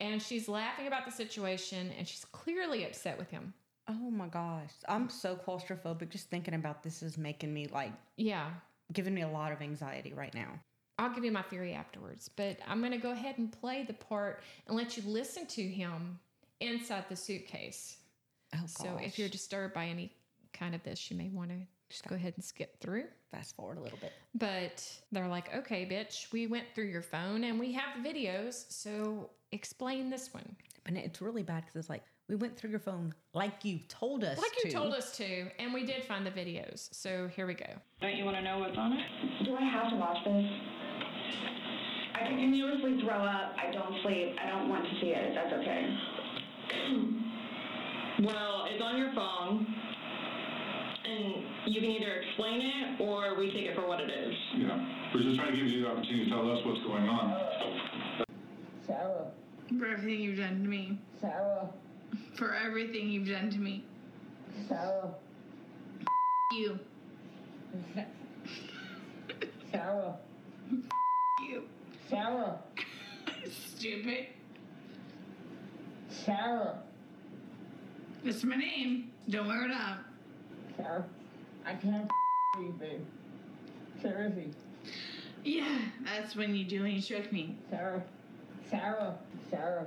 [SPEAKER 2] And she's laughing about the situation and she's clearly upset with him.
[SPEAKER 3] Oh my gosh. I'm so claustrophobic. Just thinking about this is making me like
[SPEAKER 2] Yeah.
[SPEAKER 3] giving me a lot of anxiety right now.
[SPEAKER 2] I'll give you my theory afterwards, but I'm going to go ahead and play the part and let you listen to him inside the suitcase.
[SPEAKER 3] Oh gosh.
[SPEAKER 2] So if you're disturbed by any kind of this, you may want to just go ahead and skip through.
[SPEAKER 3] fast forward a little bit.
[SPEAKER 2] But they're like, okay, bitch, we went through your phone and we have the videos. So explain this one.
[SPEAKER 3] But it's really bad because it's like we went through your phone like you told us.
[SPEAKER 2] Like you
[SPEAKER 3] to.
[SPEAKER 2] told us to, and we did find the videos. So here we go.
[SPEAKER 7] don't you want to know what's on it?
[SPEAKER 5] Do I have to watch this? I continuously throw up. I don't sleep. I don't want to see it. That's okay.
[SPEAKER 7] Well, it's on your phone, and you can either explain it or we take it for what it is.
[SPEAKER 8] Yeah. We're just trying to give you the opportunity to tell us what's going on.
[SPEAKER 9] Sarah,
[SPEAKER 7] For everything you've done to me.
[SPEAKER 9] Sarah,
[SPEAKER 7] For everything you've done to me.
[SPEAKER 9] Sarah,
[SPEAKER 7] You.
[SPEAKER 9] Sarah,
[SPEAKER 10] Stupid.
[SPEAKER 9] Sarah,
[SPEAKER 10] That's my name. Don't wear it out.
[SPEAKER 9] Sarah. I can't you, babe. Seriously,
[SPEAKER 10] Yeah, that's when you do when you trick me.
[SPEAKER 9] Sarah, Sarah, Sarah,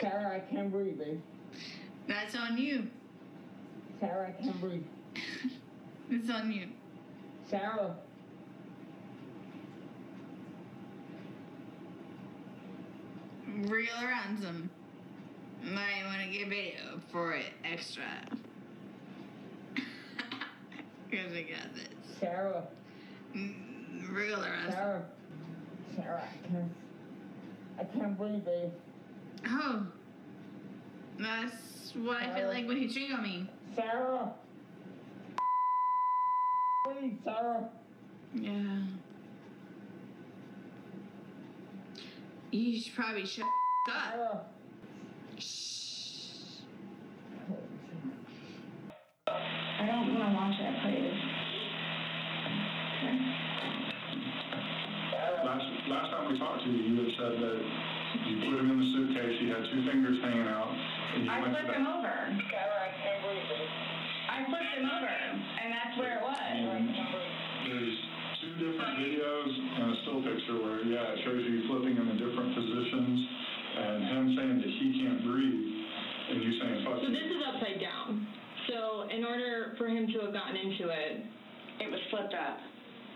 [SPEAKER 9] Sarah. I can't breathe, babe.
[SPEAKER 10] That's on you.
[SPEAKER 9] Sarah, I can't breathe.
[SPEAKER 10] It's on you.
[SPEAKER 9] Sarah.
[SPEAKER 10] Real or ransom. Might want to get video for it extra. Because I got this.
[SPEAKER 9] Sarah,
[SPEAKER 10] Mm, Real or ransom.
[SPEAKER 9] Sarah, Sarah, I can't, I can't breathe, babe.
[SPEAKER 10] Oh. That's what I feel like when you cheat on me.
[SPEAKER 9] Sarah, please, Sarah,
[SPEAKER 10] Yeah. You should probably shut up.
[SPEAKER 9] Sarah.
[SPEAKER 10] Shh.
[SPEAKER 5] I don't want to watch it, please.
[SPEAKER 8] Last, last time we talked to you, you had said that you put him in the suitcase, you had two fingers hanging out, and you
[SPEAKER 5] I
[SPEAKER 8] went to that.
[SPEAKER 5] flipped him over. I flipped him over, and that's where it was.
[SPEAKER 8] And there's two different videos and a still picture where, yeah, it shows you flipping in the different positions and him saying that he can't breathe and you saying, fuck
[SPEAKER 7] So
[SPEAKER 8] you.
[SPEAKER 7] this is upside down. So in order for him to have gotten into it,
[SPEAKER 5] It was flipped up.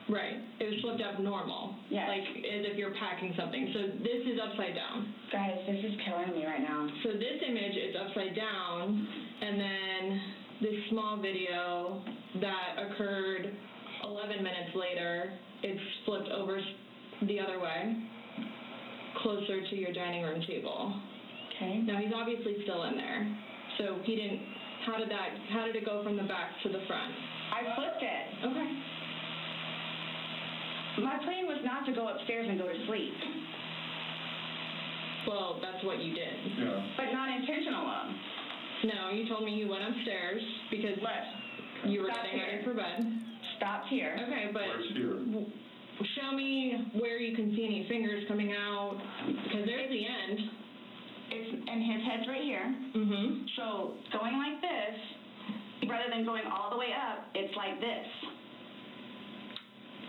[SPEAKER 7] right, it was flipped up normal.
[SPEAKER 5] Yes.
[SPEAKER 7] Like as if you're packing something. So this is upside down.
[SPEAKER 5] Guys, this is killing me right now.
[SPEAKER 7] So this image is upside down, and then this small video that occurred 11 minutes later, it's flipped over s- the other way, closer to your dining room table.
[SPEAKER 5] Okay.
[SPEAKER 7] Now he's obviously still in there. So he didn't. How did that? How did it go from the back to the front?
[SPEAKER 5] I flipped it.
[SPEAKER 7] Okay.
[SPEAKER 5] My plan was not to go upstairs and go to sleep,
[SPEAKER 7] Well, that's what you did.
[SPEAKER 8] Yeah.
[SPEAKER 5] but not intentional of.
[SPEAKER 7] No, you told me you went upstairs because
[SPEAKER 5] Look,
[SPEAKER 7] you were
[SPEAKER 5] Stop
[SPEAKER 7] getting ready
[SPEAKER 5] here.
[SPEAKER 7] for bed.
[SPEAKER 5] stopped here.
[SPEAKER 7] Okay,
[SPEAKER 8] Where's
[SPEAKER 7] but
[SPEAKER 8] here?
[SPEAKER 7] w- show me where you can see any fingers coming out because there's the end.
[SPEAKER 5] It's and his head's right here.
[SPEAKER 7] Mm-hmm.
[SPEAKER 5] So going like this, rather than going all the way up, it's like this.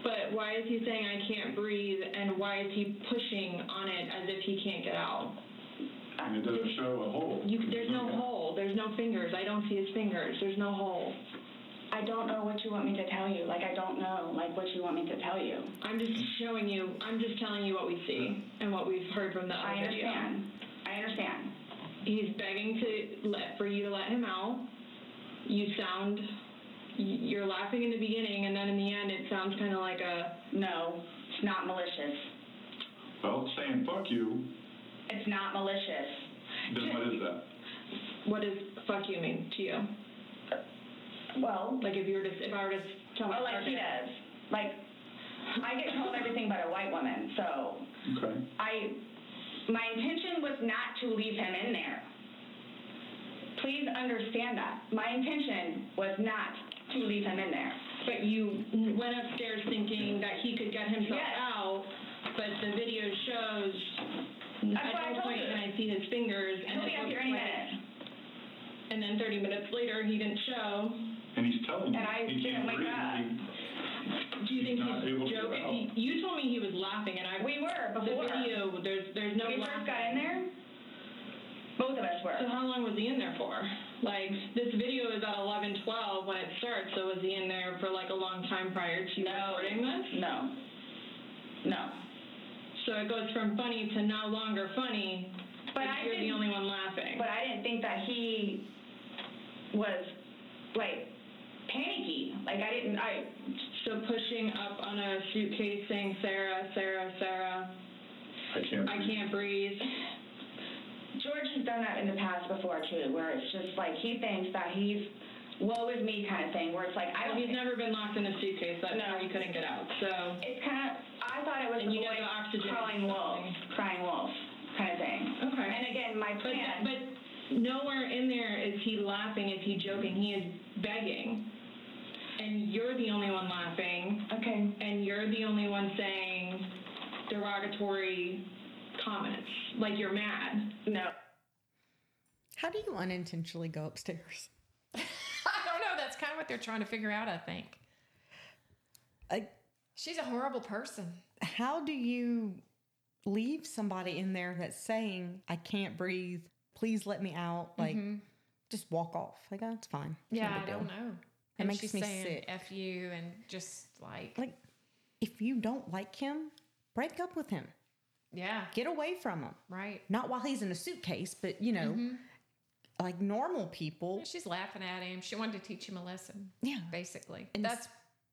[SPEAKER 7] But why is he saying I can't breathe and why is he pushing on it as if he can't get out?
[SPEAKER 8] And it doesn't show a hole.
[SPEAKER 7] You, there's no hole. There's no fingers. I don't see his fingers. There's no hole.
[SPEAKER 5] I don't know what you want me to tell you. Like I don't know like what you want me to tell you.
[SPEAKER 7] I'm just showing you. I'm just telling you what we see and what we've heard from the
[SPEAKER 5] I
[SPEAKER 7] other video.
[SPEAKER 5] understand. I understand.
[SPEAKER 7] He's begging to let for you to let him out. You sound. You're laughing in the beginning, and then in the end, it sounds kind of like a.
[SPEAKER 5] No, it's not malicious.
[SPEAKER 8] Well, saying fuck you,
[SPEAKER 5] It's not malicious.
[SPEAKER 8] then what is that?
[SPEAKER 7] What does "fuck you" mean to you?
[SPEAKER 5] Well,
[SPEAKER 7] Like if you were to, if I were to tell my
[SPEAKER 5] well, like he
[SPEAKER 7] partner-
[SPEAKER 5] does. Like I get called everything but a white woman, so
[SPEAKER 8] Okay.
[SPEAKER 5] I, my intention was not to leave him in there. Please understand that. My intention was not to leave him in there.
[SPEAKER 7] But you went upstairs thinking that he could get himself
[SPEAKER 5] Yes.
[SPEAKER 7] out, but the video shows
[SPEAKER 5] That's
[SPEAKER 7] at
[SPEAKER 5] what I
[SPEAKER 7] no
[SPEAKER 5] told
[SPEAKER 7] point
[SPEAKER 5] you.
[SPEAKER 7] can I see his fingers. and
[SPEAKER 5] He'll be
[SPEAKER 7] it
[SPEAKER 5] up
[SPEAKER 7] looks
[SPEAKER 5] here any
[SPEAKER 7] like-
[SPEAKER 5] minute.
[SPEAKER 7] And then 30 minutes later, he didn't show.
[SPEAKER 8] And he's telling you.
[SPEAKER 5] And I
[SPEAKER 8] he
[SPEAKER 5] didn't
[SPEAKER 8] can't
[SPEAKER 5] wake
[SPEAKER 8] breathe.
[SPEAKER 5] up.
[SPEAKER 8] He-
[SPEAKER 7] Do you
[SPEAKER 8] He's
[SPEAKER 7] think
[SPEAKER 8] not
[SPEAKER 7] he's
[SPEAKER 8] able to get
[SPEAKER 7] joking?
[SPEAKER 8] out.
[SPEAKER 7] He- You told me he was laughing, and I
[SPEAKER 5] We were
[SPEAKER 7] the
[SPEAKER 5] before.
[SPEAKER 7] video. There's there's no
[SPEAKER 5] When we first
[SPEAKER 7] laughing.
[SPEAKER 5] got in there, both of us
[SPEAKER 7] So
[SPEAKER 5] were.
[SPEAKER 7] how long was he in there for? Like this video is at 11:12 when it starts. So was he in there for like a long time prior to
[SPEAKER 5] No.
[SPEAKER 7] recording this?
[SPEAKER 5] No. No.
[SPEAKER 7] So it goes from funny to no longer funny.
[SPEAKER 5] But
[SPEAKER 7] if
[SPEAKER 5] I
[SPEAKER 7] you're the
[SPEAKER 5] didn't-
[SPEAKER 7] only one laughing.
[SPEAKER 5] But I didn't think that he was like panicky. Like I didn't. I
[SPEAKER 7] So pushing up on a suitcase saying, Sarah, Sarah, Sarah,
[SPEAKER 8] I can't.
[SPEAKER 7] I can't breathe.
[SPEAKER 5] George has done that in the past before too, where it's just like he thinks that he's woe is me kind of thing, where it's like I
[SPEAKER 7] Well,
[SPEAKER 5] don't.
[SPEAKER 7] he's never been locked in a suitcase. That's
[SPEAKER 5] No.
[SPEAKER 7] how he couldn't get out. So
[SPEAKER 5] It's kind of. I thought it was
[SPEAKER 7] And
[SPEAKER 5] the
[SPEAKER 7] you know
[SPEAKER 5] boy
[SPEAKER 7] the oxygen
[SPEAKER 5] crawling
[SPEAKER 7] is
[SPEAKER 5] wolf,
[SPEAKER 7] something.
[SPEAKER 5] crying wolf kind of thing.
[SPEAKER 7] Okay.
[SPEAKER 5] And again, my
[SPEAKER 7] But,
[SPEAKER 5] plan.
[SPEAKER 7] but nowhere in there is he laughing, is he joking? He is begging. And you're the only one laughing,
[SPEAKER 5] okay.
[SPEAKER 7] and you're the only one saying derogatory comments, like you're mad. No.
[SPEAKER 3] How do you unintentionally go upstairs?
[SPEAKER 2] I don't know. That's kind of what they're trying to figure out, I think.
[SPEAKER 3] I-
[SPEAKER 2] She's a horrible person.
[SPEAKER 3] How do you leave somebody in there that's saying, I can't breathe, please let me out? Like,
[SPEAKER 2] Mhm.
[SPEAKER 3] just walk off. Like, oh, it's fine. It's not a
[SPEAKER 2] yeah,
[SPEAKER 3] big
[SPEAKER 2] I don't
[SPEAKER 3] deal."
[SPEAKER 2] know. And
[SPEAKER 3] makes
[SPEAKER 2] she's
[SPEAKER 3] me
[SPEAKER 2] saying
[SPEAKER 3] sick.
[SPEAKER 2] F you and just like,
[SPEAKER 3] Like, if you don't like him, break up with him.
[SPEAKER 2] yeah,
[SPEAKER 3] Get away from him.
[SPEAKER 2] right.
[SPEAKER 3] Not while he's in a suitcase, but you know,
[SPEAKER 2] Mm-hmm.
[SPEAKER 3] like normal people.
[SPEAKER 2] And She's laughing at him. She wanted to teach him a lesson,
[SPEAKER 3] Yeah.
[SPEAKER 2] basically.
[SPEAKER 3] And
[SPEAKER 2] That's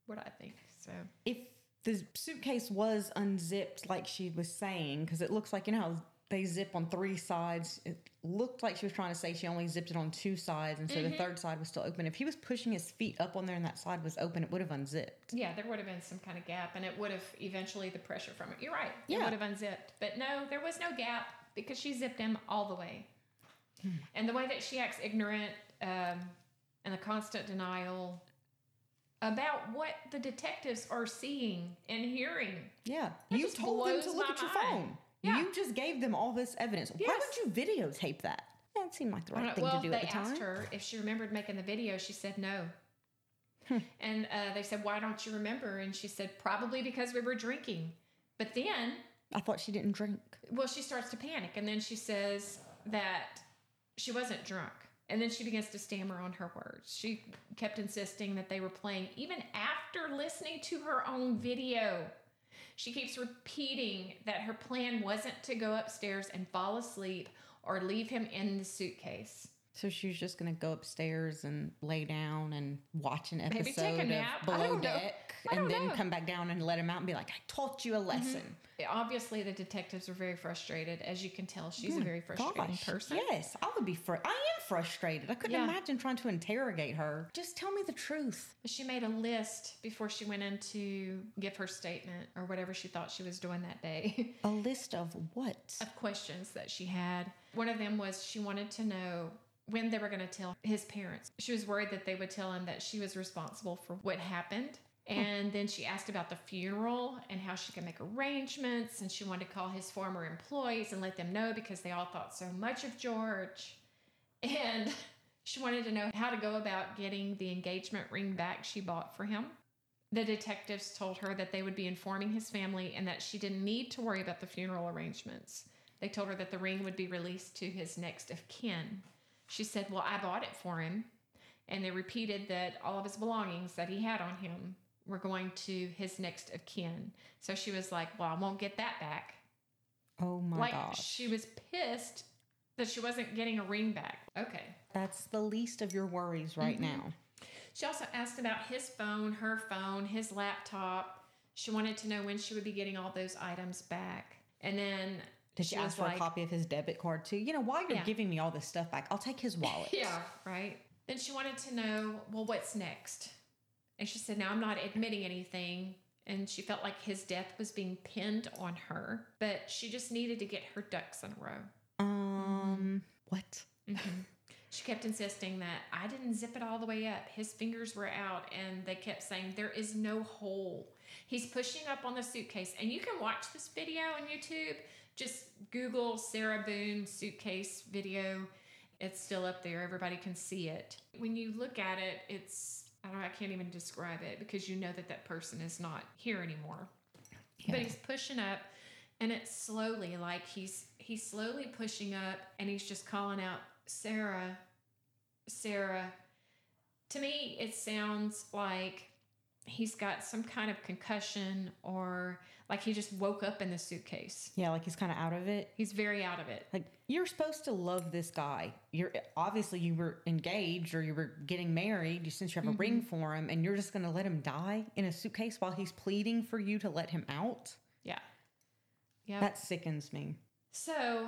[SPEAKER 2] what I think. So,
[SPEAKER 3] If the suitcase was unzipped, like she was saying, because it looks like, you know, how they zip on three sides. It looked like she was trying to say she only zipped it on two sides, and so
[SPEAKER 2] Mm-hmm.
[SPEAKER 3] the third side was still open. If he was pushing his feet up on there and that side was open, it would have unzipped.
[SPEAKER 2] yeah, there would have been some kind of gap and it would have eventually the pressure from it. You're right. It
[SPEAKER 3] Yeah.
[SPEAKER 2] would have unzipped. But no, there was no gap because she zipped him all the way. And the way that she acts ignorant um, and the constant denial about what the detectives are seeing and hearing.
[SPEAKER 3] Yeah.
[SPEAKER 2] That
[SPEAKER 3] you
[SPEAKER 2] just
[SPEAKER 3] told them to
[SPEAKER 2] blows
[SPEAKER 3] look
[SPEAKER 2] my
[SPEAKER 3] at your
[SPEAKER 2] mind.
[SPEAKER 3] phone.
[SPEAKER 2] Yeah.
[SPEAKER 3] You just gave them all this evidence.
[SPEAKER 2] Yes.
[SPEAKER 3] Why would you videotape that? That seemed like the
[SPEAKER 2] I
[SPEAKER 3] right
[SPEAKER 2] don't-
[SPEAKER 3] thing
[SPEAKER 2] Uh, well,
[SPEAKER 3] to do
[SPEAKER 2] they
[SPEAKER 3] at the time.
[SPEAKER 2] asked her if she remembered making the video. She said no.
[SPEAKER 3] Hmm.
[SPEAKER 2] and uh, they said, "Why don't you remember?" And she said, "Probably because we were drinking." But then,
[SPEAKER 3] I thought she didn't drink.
[SPEAKER 2] well, she starts to panic, and then she says that she wasn't drunk. And then she begins to stammer on her words. She kept insisting that they were playing even after listening to her own video. She keeps repeating that her plan wasn't to go upstairs and fall asleep or leave him in the suitcase.
[SPEAKER 3] So she was just gonna go upstairs and lay down and watch an episode
[SPEAKER 2] Maybe take a nap.
[SPEAKER 3] of
[SPEAKER 2] I
[SPEAKER 3] Below
[SPEAKER 2] don't know.
[SPEAKER 3] Deck,
[SPEAKER 2] I
[SPEAKER 3] and
[SPEAKER 2] don't
[SPEAKER 3] then
[SPEAKER 2] know. Mm-hmm.
[SPEAKER 3] come back down and let him out and be like, "I taught you a lesson."
[SPEAKER 2] obviously the detectives were very frustrated as you can tell she's a
[SPEAKER 3] My
[SPEAKER 2] very frustrating
[SPEAKER 3] gosh,
[SPEAKER 2] person
[SPEAKER 3] Yes, I would be. Fr- I am frustrated. I couldn't
[SPEAKER 2] Yeah.
[SPEAKER 3] imagine trying to interrogate her. Just tell me the truth.
[SPEAKER 2] she made a list before she went in to give her statement or whatever she thought she was doing that day
[SPEAKER 3] A list of what?
[SPEAKER 2] of questions that she had one of them was she wanted to know when they were going to tell his parents she was worried that they would tell him that she was responsible for what happened and then she asked about the funeral and how she could make arrangements and she wanted to call his former employees and let them know because they all thought so much of george and she wanted to know how to go about getting the engagement ring back she bought for him. The detectives told her that they would be informing his family and that she didn't need to worry about the funeral arrangements. They told her that the ring would be released to his next of kin. She said, Well, I bought it for him. And they repeated that all of his belongings that he had on him were going to his next of kin. So she was like, Well, I won't get that back
[SPEAKER 3] oh my
[SPEAKER 2] like
[SPEAKER 3] gosh,
[SPEAKER 2] she was pissed that she wasn't getting a ring back. Okay.
[SPEAKER 3] that's the least of your worries right
[SPEAKER 2] Mm-hmm.
[SPEAKER 3] now.
[SPEAKER 2] She also asked about his phone, her phone, his laptop. She wanted to know when she would be getting all those items back. And then
[SPEAKER 3] Did she, ask
[SPEAKER 2] was
[SPEAKER 3] for a copy of his debit card too? You know, while you're
[SPEAKER 2] Yeah.
[SPEAKER 3] giving me all this stuff back, I'll take his wallet.
[SPEAKER 2] Yeah, right. Then she wanted to know, well, what's next? And she said, now I'm not admitting anything. And she felt like his death was being pinned on her, but she just needed to get her ducks in a row. Mm-hmm.
[SPEAKER 3] Um, what?
[SPEAKER 2] She kept insisting that I didn't zip it all the way up. His fingers were out, and they kept saying, There is no hole. He's pushing up on the suitcase. And you can watch this video on YouTube. Just Google Sarah Boone suitcase video. It's still up there. Everybody can see it. When you look at it, it's, I don't know, I can't even describe it because you know that that person is not here anymore but he's pushing up and it's slowly like he's he's slowly pushing up and he's just calling out sarah sarah to me it sounds like he's got some kind of concussion or like he just woke up in the suitcase
[SPEAKER 3] Yeah, like he's kind of out of it.
[SPEAKER 2] he's very out of it
[SPEAKER 3] Like you're supposed to love this guy. You're obviously you were engaged or you were getting married. You since you have a
[SPEAKER 2] Mm-hmm.
[SPEAKER 3] ring for him, and you're just going to let him die in a suitcase while he's pleading for you to let him out.
[SPEAKER 2] yeah yeah
[SPEAKER 3] That sickens me.
[SPEAKER 2] So,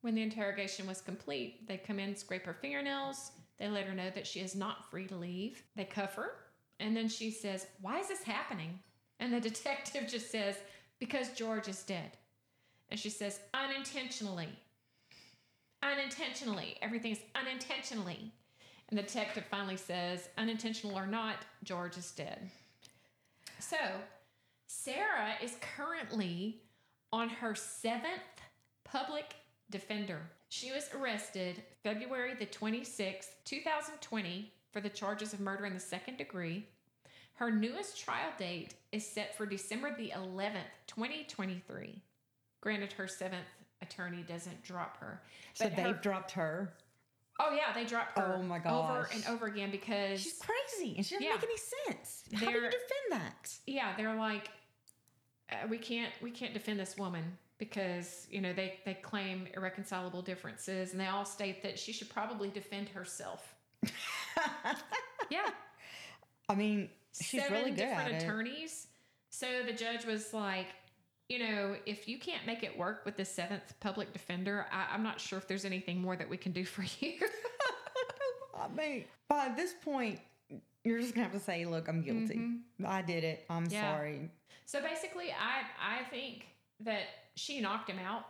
[SPEAKER 2] when the interrogation was complete, they come in, scrape her fingernails. They let her know that she is not free to leave. They cuff her. And then she says, Why is this happening? And the detective just says, Because George is dead. And she says, Unintentionally. Unintentionally. Everything's unintentionally. And the detective finally says, Unintentional or not, George is dead. So, Sarah is currently on her seventh public defender. She was arrested February the 26th, 2020, for the charges of murder in the second degree. Her newest trial date is set for December the 11th, 2023. Granted, her seventh attorney doesn't drop her.
[SPEAKER 3] So
[SPEAKER 2] but
[SPEAKER 3] they've
[SPEAKER 2] her-
[SPEAKER 3] dropped her.
[SPEAKER 2] Oh, yeah, they drop her
[SPEAKER 3] Oh my
[SPEAKER 2] over
[SPEAKER 3] gosh.
[SPEAKER 2] and over again because
[SPEAKER 3] She's crazy and she doesn't
[SPEAKER 2] Yeah.
[SPEAKER 3] make any sense. How do you
[SPEAKER 2] They're-
[SPEAKER 3] defend that?
[SPEAKER 2] yeah they're like uh, we can't we can't defend this woman because you know they they claim irreconcilable differences and they all state that she should probably defend herself yeah
[SPEAKER 3] I mean, she's
[SPEAKER 2] seven
[SPEAKER 3] really good
[SPEAKER 2] different
[SPEAKER 3] at it.
[SPEAKER 2] attorneys so the judge was like you know if you can't make it work with the seventh public defender I, i'm not sure if there's anything more that we can do for you
[SPEAKER 3] I mean, by this point, you're just gonna have to say, "Look, I'm guilty.
[SPEAKER 2] Mhm.
[SPEAKER 3] I did it. I'm
[SPEAKER 2] Yeah.
[SPEAKER 3] sorry."
[SPEAKER 2] So basically, I I think that she knocked him out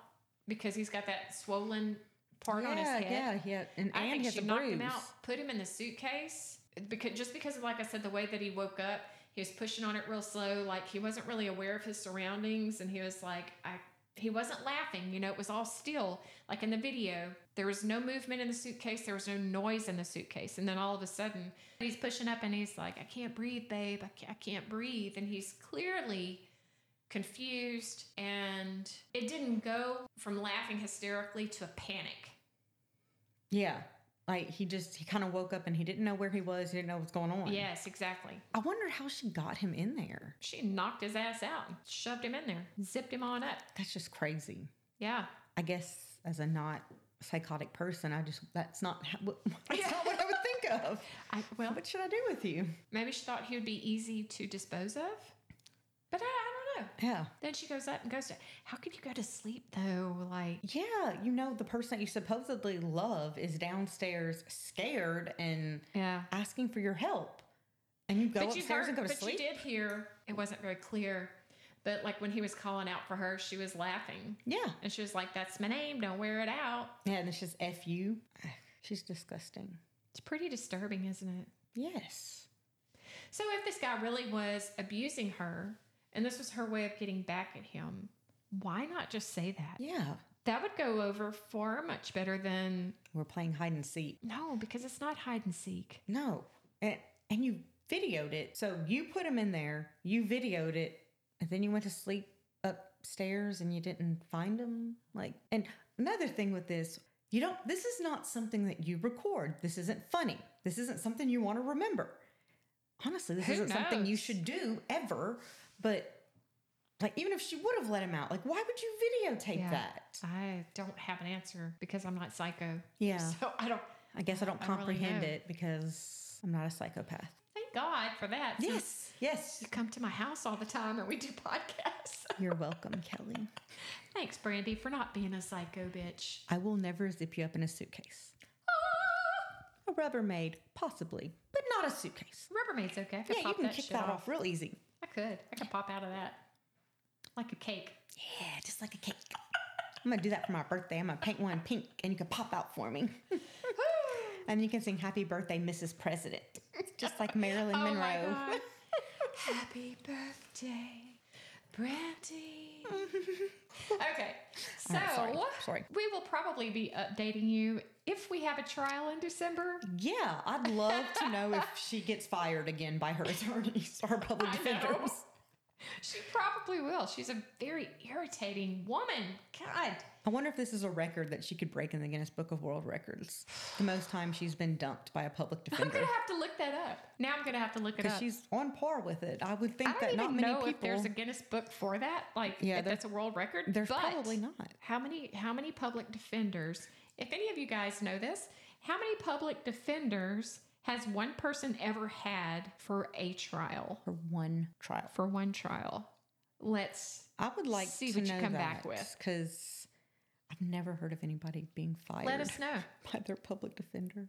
[SPEAKER 2] because he's got that swollen part on his
[SPEAKER 3] yeah,
[SPEAKER 2] head.
[SPEAKER 3] yeah, yeah. And
[SPEAKER 2] I
[SPEAKER 3] and
[SPEAKER 2] think
[SPEAKER 3] he has
[SPEAKER 2] she
[SPEAKER 3] a
[SPEAKER 2] knocked
[SPEAKER 3] bruise.
[SPEAKER 2] him out, put him in the suitcase because just because of like I said, the way that he woke up, he was pushing on it real slow. Like he wasn't really aware of his surroundings, and he was like, I. He wasn't laughing, you know, it was all still. Like in the video, there was no movement in the suitcase, there was no noise in the suitcase. And then all of a sudden, he's pushing up and he's like, I can't breathe, babe, I can't, I can't breathe. And he's clearly confused. And it didn't go from laughing hysterically to a panic.
[SPEAKER 3] Yeah, like he just he kind of woke up and he didn't know where he was. He didn't know what's going on.
[SPEAKER 2] Yes, exactly.
[SPEAKER 3] I wonder how she got him in there.
[SPEAKER 2] She knocked his ass out, and shoved him in there, zipped him on up.
[SPEAKER 3] That's just crazy.
[SPEAKER 2] Yeah.
[SPEAKER 3] I guess as a not psychotic person, I just that's not how, that's not what I would think of.
[SPEAKER 2] I, well,
[SPEAKER 3] What should I do with you?
[SPEAKER 2] maybe she thought he would be easy to dispose of, but I, I don't know.
[SPEAKER 3] Yeah.
[SPEAKER 2] Then she goes up and goes to, how could you go to sleep though? Like,
[SPEAKER 3] Yeah, you know, the person that you supposedly love is downstairs scared and
[SPEAKER 2] yeah.
[SPEAKER 3] asking for your help. And you go
[SPEAKER 2] but you
[SPEAKER 3] upstairs
[SPEAKER 2] heard,
[SPEAKER 3] and go to
[SPEAKER 2] but
[SPEAKER 3] sleep.
[SPEAKER 2] you did hear it wasn't very clear, but like when he was calling out for her, she was laughing
[SPEAKER 3] Yeah.
[SPEAKER 2] and she was like, "That's my name. Don't wear it out."
[SPEAKER 3] Yeah, and it's just F you. She's disgusting.
[SPEAKER 2] It's pretty disturbing, isn't it?
[SPEAKER 3] Yes.
[SPEAKER 2] So if this guy really was abusing her and this was her way of getting back at him, why not just say that?
[SPEAKER 3] Yeah.
[SPEAKER 2] That would go over far much better than
[SPEAKER 3] We're playing hide and seek.
[SPEAKER 2] no, because it's not hide and seek.
[SPEAKER 3] No. And, and you videoed it. So you put him in there, you videoed it, and then you went to sleep upstairs and you didn't find him. Like, and another thing with this, you don't, this is not something that you record. This isn't funny. This isn't something you want to remember. Honestly, this
[SPEAKER 2] Who
[SPEAKER 3] isn't something you
[SPEAKER 2] knows?
[SPEAKER 3] should do ever. But like, even if she would have let him out, like, why would you videotape
[SPEAKER 2] Yeah.
[SPEAKER 3] that?
[SPEAKER 2] I don't have an answer because I'm not psycho.
[SPEAKER 3] Yeah.
[SPEAKER 2] So I don't
[SPEAKER 3] I guess I don't
[SPEAKER 2] I don't really
[SPEAKER 3] comprehend
[SPEAKER 2] know.
[SPEAKER 3] it because I'm not a psychopath.
[SPEAKER 2] thank God for that. since
[SPEAKER 3] Yes. Yes.
[SPEAKER 2] You come to my house all the time and we do podcasts.
[SPEAKER 3] You're welcome, Kelly.
[SPEAKER 2] Thanks, Brandy, for not being a psycho bitch.
[SPEAKER 3] I will never zip you up in a suitcase.
[SPEAKER 2] Ah!
[SPEAKER 3] A Rubbermaid, possibly, but not a suitcase.
[SPEAKER 2] Rubbermaid's okay. I could
[SPEAKER 3] yeah,
[SPEAKER 2] pop
[SPEAKER 3] you can
[SPEAKER 2] that
[SPEAKER 3] kick
[SPEAKER 2] shit
[SPEAKER 3] that
[SPEAKER 2] off.
[SPEAKER 3] off real easy.
[SPEAKER 2] I could. I could pop out of that like a cake.
[SPEAKER 3] Yeah, just like a cake. I'm gonna do that for my birthday. I'm gonna paint one pink, and you can pop out for me. and you can sing "Happy Birthday, Mrs. President," just like Marilyn
[SPEAKER 2] Oh
[SPEAKER 3] Monroe.
[SPEAKER 2] my God. Happy birthday, Brandy. okay, so
[SPEAKER 3] right, sorry, sorry.
[SPEAKER 2] we will probably be updating you if we have a trial in December.
[SPEAKER 3] Yeah, I'd love to know if she gets fired again by her attorneys or her public
[SPEAKER 2] I know.
[SPEAKER 3] defenders.
[SPEAKER 2] She probably will. She's a very irritating woman. God.
[SPEAKER 3] I wonder if this is a record that she could break in the Guinness Book of World Records. The most time she's been dumped by a public
[SPEAKER 2] I'm
[SPEAKER 3] defender.
[SPEAKER 2] going to have to look that up. Now I'm going to have to look it
[SPEAKER 3] because
[SPEAKER 2] up.
[SPEAKER 3] she's on par with it. I would think
[SPEAKER 2] I don't
[SPEAKER 3] that not
[SPEAKER 2] even
[SPEAKER 3] many
[SPEAKER 2] know
[SPEAKER 3] people.
[SPEAKER 2] if there's a Guinness book for that. Like,
[SPEAKER 3] Yeah,
[SPEAKER 2] if
[SPEAKER 3] there-
[SPEAKER 2] that's a world record.
[SPEAKER 3] there's
[SPEAKER 2] but
[SPEAKER 3] probably not.
[SPEAKER 2] How many? How many public defenders? If any of you guys know this, how many public defenders has one person ever had for a trial?
[SPEAKER 3] For one trial,
[SPEAKER 2] For one trial, let's.
[SPEAKER 3] I would like
[SPEAKER 2] See
[SPEAKER 3] to
[SPEAKER 2] what you
[SPEAKER 3] know
[SPEAKER 2] come back with.
[SPEAKER 3] because I've never heard of anybody being fired
[SPEAKER 2] Let us know.
[SPEAKER 3] by their public defender.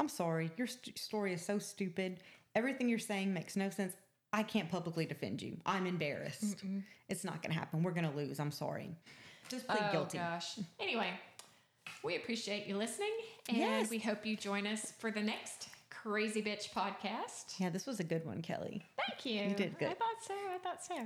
[SPEAKER 3] I'm sorry, your st- story is so stupid. Everything you're saying makes no sense. I can't publicly defend you. I'm embarrassed. It's not going to happen. We're going to lose. I'm sorry. Just plead
[SPEAKER 2] oh
[SPEAKER 3] guilty.
[SPEAKER 2] gosh. Anyway, we appreciate you listening, and
[SPEAKER 3] Yes.
[SPEAKER 2] we hope you join us for the next Crazy Bitch podcast.
[SPEAKER 3] Yeah, this was a good one, Kelly.
[SPEAKER 2] Thank you.
[SPEAKER 3] You did good.
[SPEAKER 2] I thought so. I thought so.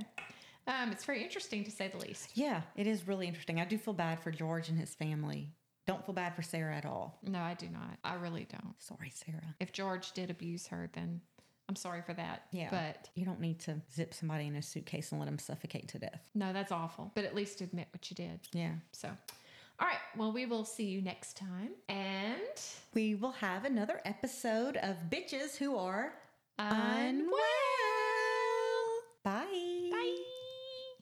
[SPEAKER 2] Um, it's very interesting to say the least.
[SPEAKER 3] Yeah, it is really interesting. I do feel bad for George and his family. Don't feel bad for Sarah at all.
[SPEAKER 2] No, I do not. I really don't.
[SPEAKER 3] Sorry, Sarah.
[SPEAKER 2] If George did abuse her, then I'm sorry for that.
[SPEAKER 3] Yeah.
[SPEAKER 2] But
[SPEAKER 3] You don't need to zip somebody in a suitcase and let them suffocate to death.
[SPEAKER 2] no, that's awful. But at least admit what you did.
[SPEAKER 3] Yeah.
[SPEAKER 2] So, all right. Well, we will see you next time. And
[SPEAKER 3] We will have another episode of Bitches Who Are